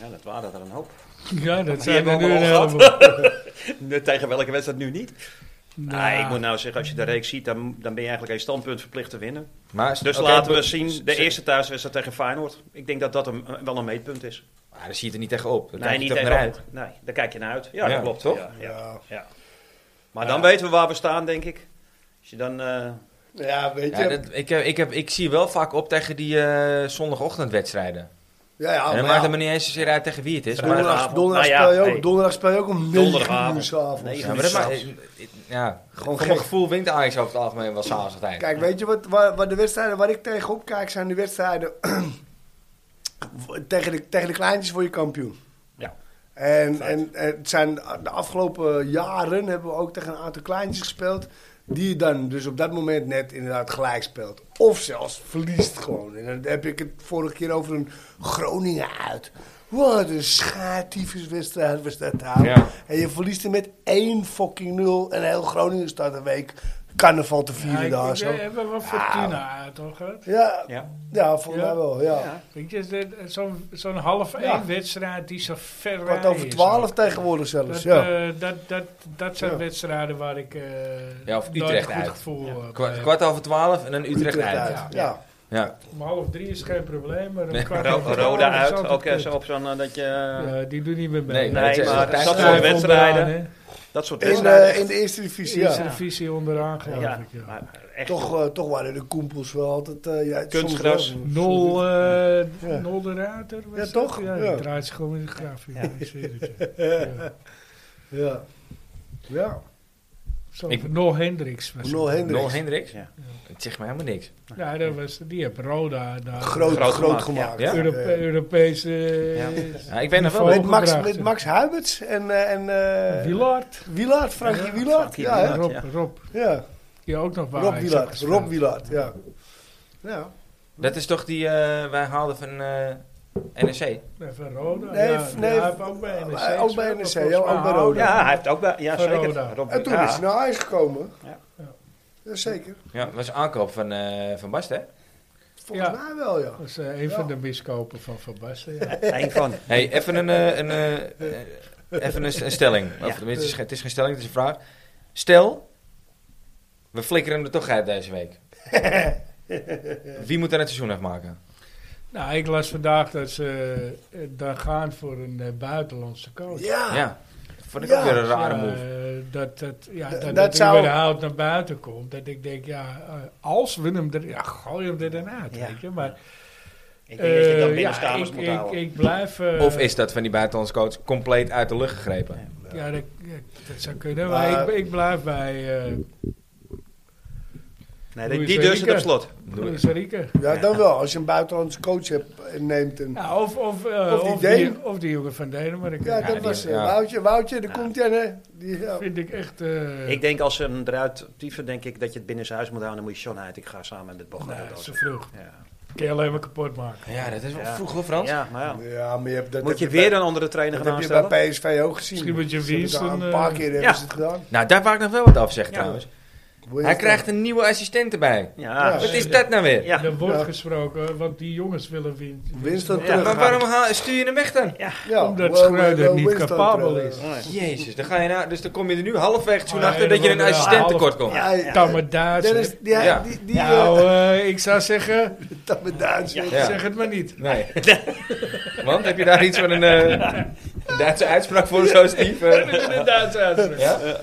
Ja, dat waren er een hoop. ja, dat zijn hebben er we nu een allemaal gehad. heleboel. Nee, Tegen welke wedstrijd nu niet? Nou, Nee, ik moet nou zeggen, als je de reeks ziet, dan, dan ben je eigenlijk een standpunt verplicht te winnen. Maar, Dus oké, laten we be- zien, de ze- eerste thuiswedstrijd tegen Feyenoord. Ik denk dat dat een, wel een meetpunt is. Ah, daar zie je er niet tegenop. Daar nee, kijk je niet toch tegen naar uit. Nee, daar kijk je naar uit. Ja, Ja, dat klopt. toch? Ja, ja, Ja. ja. Maar dan weten we waar we staan, denk ik. Als je dan... eh, ja, weet je. Ja, dat, ik, heb, ik, heb, ik zie wel vaak op tegen die eh, zondagochtendwedstrijden. ja, ja, en dan Oh, maar maakt ja. het me niet eens zozeer uit tegen wie het is. Maar, Donderdag, Vrijdagavond. Nou ja, donderdag, speel je nee. ook, donderdag speel je ook om 9 uur Donderdagavond. s'avonds. Dus- Nee, ja, maar dat maakt- ja, Gewoon voor mijn gek. gevoel wint Ajax over het algemeen wel s'avonds altijd. Kijk, weet je wat, waar, waar de wedstrijden waar ik tegenop kijk zijn de wedstrijden tegen, de, tegen de kleintjes voor je kampioen. Ja. En, en, en het zijn de afgelopen jaren hebben we ook tegen een aantal kleintjes gespeeld. Die je dan dus op dat moment net inderdaad gelijk speelt. Of zelfs verliest gewoon. En dan heb ik het vorige keer over een Groningen uit. Wat een schaartiefeswedstrijd was dat nou. Ja. En je verliest er met één fucking nul. En heel Groningen staat een week carnaval te ja, vieren ik- eh, daar ik- zo. We hebben wel Fortuna, toch? hè? Ja, ja. ja. volgens Ja. mij wel. Ja. Ja. Weet je, dit- zo'n zo'n half één Ja. wedstrijd die zo ver Kwart rijden over is twaalf ook. tegenwoordig zelfs. Dat, ja. eh, dat, dat, dat zijn Ja. wedstrijden waar ik eh Ja, of nooit Utrecht een uit. goed gevoel eh, heb. Kwa- kwart over twaalf en dan Utrecht, uit. Ja. Ja. Ja, Om half drie is geen probleem. Maar om Nee, kwart Ro- over twaalf Roda is uit, altijd ook eh, kut. zo op zo'n eh, dat je Ja, die doen niet meer mee. Nee, Nee, dat is- maar dat is- dat dat soort is- wedstrijden. Dat soort In, wedstrijden. eh, in de eerste divisie. Ja. is er- de visie onderaan geloof ja, ik, ja. maar echt Toch, eh, toch waren de koempels wel altijd... eh ja, soms Kunstgras. wel. Nol, eh Ja. nol de Ruiter. was Ja, het? toch? Ja, Ja. die draait zich gewoon in de graf. Ja. ik zweer het je. Ja. Ja. Zo, Ik- Nol Hendricks was Nol het. Hendricks. Nol Hendricks? Ja. Het zegt me helemaal niks. Ja, dat was, die heeft Roda daar Groot, Groot gemaakt, groot, gemaakt. ja. Europe- Europese... eh, Ja, ik weet nog wel. Niveau. Met Max, Hooggebracht, met ja. Max Huiberts en, eh en eh Wielard. Wielaert, Frankie Ja, Wielaert. Frankie Ja, hè? Wielaert. Rob, ja. Rob. ja. Die ook nog waar. Rob hij Wielaert. zat Rob Wielaert, ja. ja. Dat is toch die eh, wij haalden van eh NEC? Nee, Van Roda. Nee, ja, f- nee, ja, hij heeft ook bij E NEC. eh, ook bij gespeeld, NEC, volgens ja, mij. Ah, ook bij Roda. Ja, hij heeft ook bij. Ja, Van zeker. Roda. Rob- En toen ja. is hij naar Ajax gekomen. Ja. Ja. Ja, zeker. Ja, was aankoop van, eh, van Bast, hè? Volgens Ja. mij wel, ja. Dat is eh, een Ja. van de miskopen van Van Basten. Ja. Eén van. hey, even een, eh, een, eh, eh, even een, een stelling. Of, tenminste, het, is, geen- het is geen stelling, het is een vraag. Stel, we flikkeren hem er toch uit deze week. Wie moet dan het seizoen afmaken? Nou, ik las vandaag dat ze eh, daar gaan voor een eh, buitenlandse coach. Ja. Ja, dat vond ik Ah. Ja. ook weer een Dus, rare eh, move. dat, dat, ja, Dat- dat, dat het zou- überhaupt naar buiten komt. Dat ik denk, ja, eh, als we hem er... Ja, gooi hem er dan uit, Ja. weet je. Maar, Ik denk dat je eh, dat binnen ja, staanders ik, moet ik, houden. ik blijf... eh, Of is dat van die buitenlandse coach compleet uit de lucht gegrepen? Ja, dat, ja, dat zou kunnen. Maar, Maar- ik, ik blijf bij eh, nee, die- Louis die dus het Verrieken. op slot. Doe- Costa Rica. Ja, dan wel. Als je een buitenlandse coach hebt, eh, neemt en... Ja, of, of, eh, Of of, die die Deen. of die jongen van Denemarken. Ja, Ja, dat die- was eh, ja. Woutje. Woutje, daar komt hij aan, hè. Die, ja. vind ik echt... eh, Ik denk als ze hem eruit dieven, denk ik dat je het binnen zijn huis moet houden. Dan moet je Sean uit. Ik ga samen met Bochum. nou, naar is Roda. te vroeg. ja. Kun je alleen maar kapot maken. Ja, dat is wel Ja. vroeg hoor, Frans. ja, maar ja. Ja, maar je hebt, dat Moet je heb weer bij- een andere trainer Dat gaan heb je aanstellen? bij PSV ook gezien. Misschien moet je Ze hebben Wiens daar dan, Een eh, paar keer hebben ja. ze het gedaan. Nou, daar wou ik nog wel wat af zeggen Ja. trouwens. Williams Hij krijgt een nieuwe assistent erbij. Ja, Ja. Wat is dat nou weer? ja. Er wordt Ja. gesproken, want die jongens willen win- winnen. Winston Ja, terug. Maar waarom haal- stuur je hem weg dan? Ja, Omdat wel- Schreuder wel eh, niet Winston capabel terug. is. Jezus, dan, ga je nou, dus dan kom je er nu halfweg toen Ja, achter dat je een ja, assistent half- tekort komt. Ja, ja. Tamme Duits. Dennis, die, Ja. die, die nou, eh, ik zou zeggen, eh, Tamme Duits. Ja. Ja. zeg het maar niet. Nee. Want heb je daar iets van een eh, een Duitse uitspraak voor, zo Steve? Eh, In Duits uitspraak.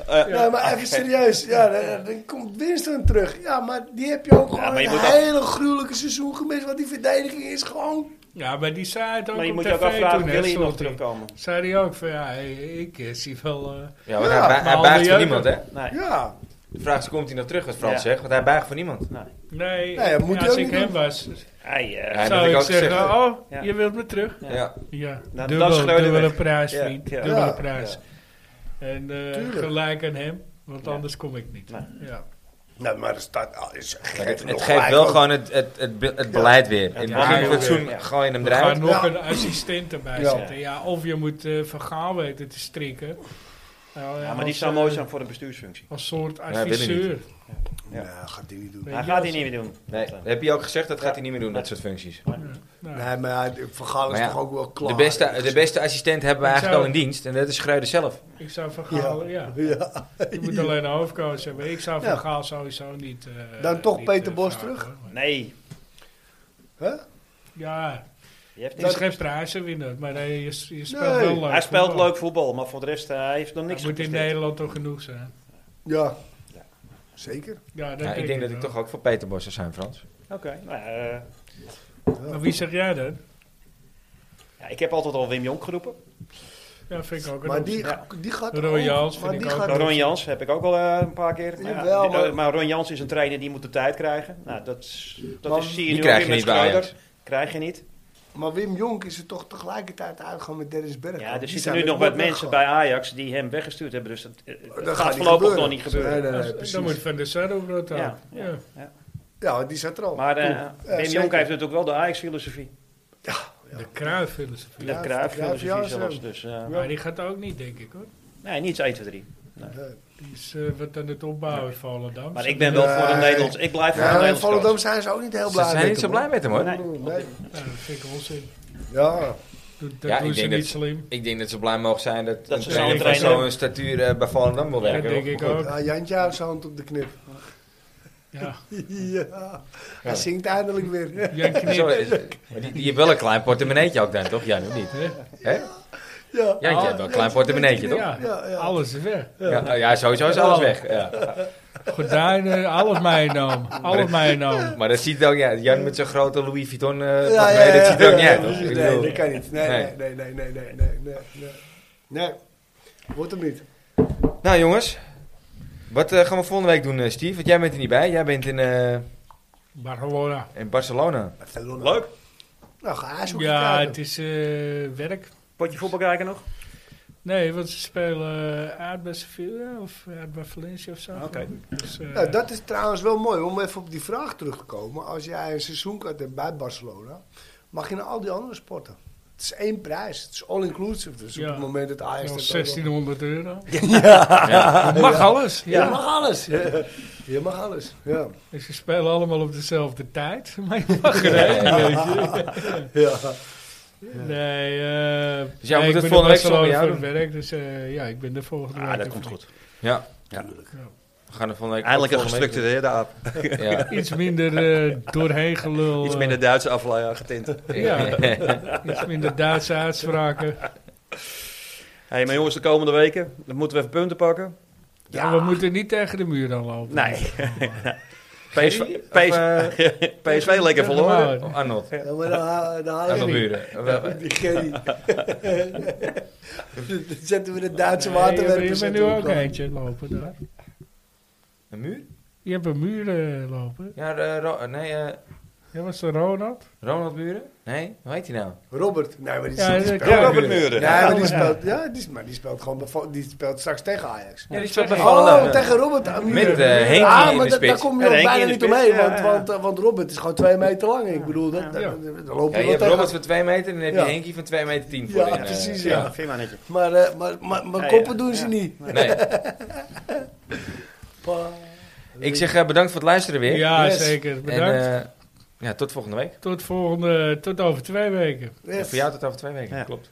ja? Nee, maar even serieus. Ja, dan, dan komt Winston terug. Ja, maar die heb je ook gewoon maar je een moet dat- hele gruwelijke seizoen gemist. Want die verdediging is gewoon... Ja, maar die zei het ook Maar je op moet tv je ook afvragen, toen, hè, wil je nog stond hij. terugkomen? Zei hij ook van, ja, ik eh, zie wel... eh, ja, want Ja, hij, ba- maar hij buigt voor Alde niemand, hè? Nee. Ja, De vraag is, komt hij nog terug, wat Frans Ja. zegt? Want hij buigt voor niemand. nee, Ja, ja, moet ja, je als ook ik niet hem doen. was, Hij, eh, Ja, dat zou heb ik, ik ook zeggen, gezegd. oh, Ja. je wilt me tereg? Ja. Ja. Ja, Nou, dubbel, dat schreeuwde dubbele weg. prijs, Ja, vriend. ja. Dubbele Ja. prijs. En eh, Tuurlijk. gelijk aan hem, want Ja. anders kom ik niet. Nee. Ja. nou, maar de stad al is Maar Het, gek. het nog geeft gelijk wel ook. gewoon het, het, het, be- het beleid weer. In het Ja, begin ja, van het ja. seizoen Ja. gooi je hem Er gaat eruit. nog Ja. een assistent erbij Ja. zitten. Ja, of je moet eh Van Gaal weten te strikken. Nou, Ja, maar die als, zou eh, mooi zijn voor de bestuursfunctie. Als soort wil hij niet. adviseur. Ja. Nou, gaat die niet doen. Weet Hij je, gaat als- die niet meer doen. Nee, dat heb je ook gezegd, dat gaat hij niet meer doen, dat soort functies. Nou, Nee, maar hij- Van Gaal is Maar ja, toch ook wel klaar. De beste, de beste assistent hebben we Ik eigenlijk al zou- in dienst. En dat is Schreuder zelf. Ik zou Van Ja. Gaal, ja. Ja. Je moet alleen een hoofdcoach hebben. Ik zou Van Ja. Gaal sowieso niet... eh, Dan toch niet, Peter eh, Bos vragen, terug? hoor. Nee, Hè? Ja, je hebt het is niks. geen prijzenwinnaar, maar hij, je, je speelt Nee. wel leuk. Hij speelt voetbal. leuk voetbal, maar voor de rest, eh, hij heeft nog niks Dat moet in gepresteerd. Nederland toch genoeg zijn. Ja. Zeker. Ja, dat Ja, ik denk dat ik wel. toch ook voor Peter Bos zou zijn, Frans. Oké, nou, eh, Maar wie zeg jij dan? ja, ik heb altijd al Wim Jonk geroepen. Ja, vind ik ook een Maar optie. die, Ja. die gaat Roy Jans maar vind die ik ook gaat Ron Jans heb ik ook al eh, een paar keer. Maar, ja, Jawel, die- maar- eh, maar Ron Jans is een trainer die moet de tijd krijgen. Nou, dat, is- dat Maar- is, zie je Die nu krijg ook je weer met niet bij Ajax. Schreuder. Krijg je niet. Maar Wim Jonk is er toch tegelijkertijd uitgegaan met Dennis Bergkamp. Ja, er Die zitten zijn nu met nog bord wat mensen bij weggegaan. Ajax die hem weggestuurd hebben. Dus dat, eh, dat gaat gaat niet voorlopig gebeuren. nog niet gebeuren. Nee, nee, nee, Dan- eh, precies. Dan moet Van der Sar ook rood houden. Ja, Ja. Ja, want die zat er al. Maar eh Klopt. Ja, Wim Jonk zeker. heeft natuurlijk wel de Ajax-filosofie. De Cruijff-filosofie. De Ja, Cruijff-filosofie Cruijff, ja, zelfs. zo. Dus, eh, Maar die gaat ook niet, denk ik hoor. Nee, niet 1, 2, 3. Die is eh, wat aan het opbouwen vallen dan. Maar ik ben wel voor een Nee. Nederlands. Ik blijf voor een eh, Ja, in Nederlands. Volendam zijn ze ook niet heel Ze blij zijn met niet zo hem, blij met hem, hoor. Nee. hoor. Nee. Ja, dat vind ik onzin. Ja. Doe- Dat Ja, ik doen ze denk niet dat- slim. Ik denk dat ze blij mogen zijn dat, Dat een ze trainer zo'n van trainer- zo'n statuur eh, bij Volendam wil Dat werken. denk ik ook. ja, Jantje houdt zijn hand op de knip. Ja. Ja. Hij zingt eindelijk weer. Jij knikt. Zo is het. Maar die, die heeft wel een klein portemonneetje ook dan, toch? Jij nog niet. Hè? Hè? Ja. Jij hebt wel een klein portemonneetje, toch? Ja, Ja, ja. alles is weg. Ja, nou ja, sowieso is alles weg. Ja. Gordijnen, alles meegenomen. Alles meegenomen. Maar dat ziet het ook niet uit. Jan met zijn grote Louis Vuitton eh Ja, pak ja, mee, dat ja, ziet er ook ja, niet uit, toch? precies. Ik Nee, bedoel, dat kan niet. Nee, nee, Nee. nee, nee, nee, nee, nee, nee, nee. Nee, wordt hem niet. Nou jongens, wat eh, gaan we volgende week doen, eh, Steve? Want jij bent er niet bij. Jij bent in, eh, Barcelona. in Barcelona. Barcelona. Leuk. Nou, ga eens Ja, het is eh, werk. Potje voetbal kijken nog? Nee, want ze spelen eh, uit bij Sevilla of uit bij Valencia of zo. Oké. geloof ik. Dus, eh, Nou, dat is trouwens wel mooi. Om even op die vraag terug te komen. Als jij een seizoenkaart hebt bij Barcelona, mag je naar al die andere sporten. Het is één prijs. Het is all-inclusive. Dus Ja. op het moment dat Ajax... wel dat ook- 1600 euro. Ja. Je mag alles. Ja. Je Ja. mag alles. Ja. Je mag alles. Ja. Dus ze spelen allemaal op dezelfde tijd. Maar je mag er één, weet je. ja. Nee, eh Dus jij nee, moet ik het volgende ben week in Barcelona zo bij jou voor het werk, dus eh, ja, ik ben er volgende week. Ah, dat even. komt goed. ja. Ja. We gaan er volgende week Eindelijk een volgende week- gestructureerde aap. Ja. Iets minder eh doorheen gelul. Iets eh, minder Duitse aflaai getint. Ja, iets minder Duitse uitspraken. hey, maar jongens, de komende weken dan moeten we even punten pakken. Ja. we moeten niet tegen de muur aan lopen. Nee. Of, PSV, PSV, eh, PSV lekker Tegen verloren. Maarten. Arnold. Ja, maar dan, haal- dan haal je Oh, Arnold niet. Buren. We- Die Gerry. Dan zetten we de Duitse waterwerpers... Nee, je, je bent nu zetten we ook op. eentje lopen daar. Een muur? Je hebt een muur eh, lopen. Ja, eh, Ro- eh, nee, eh, Ja, was de Ronald? Ronald Buren? Nee, hoe heet hij nou? Robert. Nee, maar die, Ja, die dat speelt... kan. Robert. Robert Muren. Nee, maar die speelt, ja, die, maar die speelt gewoon bij Vo- die speelt straks tegen Ajax. Ja, die speelt bij Oh, Volendam. tegen Robert. Ah, Met eh Muren. Henkie ah, in maar de da- daar spits. kom je En ook Henkie bijna in de niet spits, omheen, ja, want, ja. want, eh, want Robert is gewoon twee meter lang. Ik bedoel, dat, dat, Ja. dat- dan loop Ja, je je wel hebt tegen. Robert van 2 meter en dan heb je Ja. Henkie van 2 meter 10 voor eh, ja, precies, ja. Ja, vind maar netje. Maar, eh, maar, maar, maar Ja, koppen ja. doen ze Ja. niet. Nee. Pa. Ik zeg eh, bedankt voor het luisteren weer. Ja, Yes. zeker. En Bedankt. eh, ja, tot volgende week. tot, volgende, tot over twee weken. En Yes. voor jou tot over twee weken. Ja. Klopt.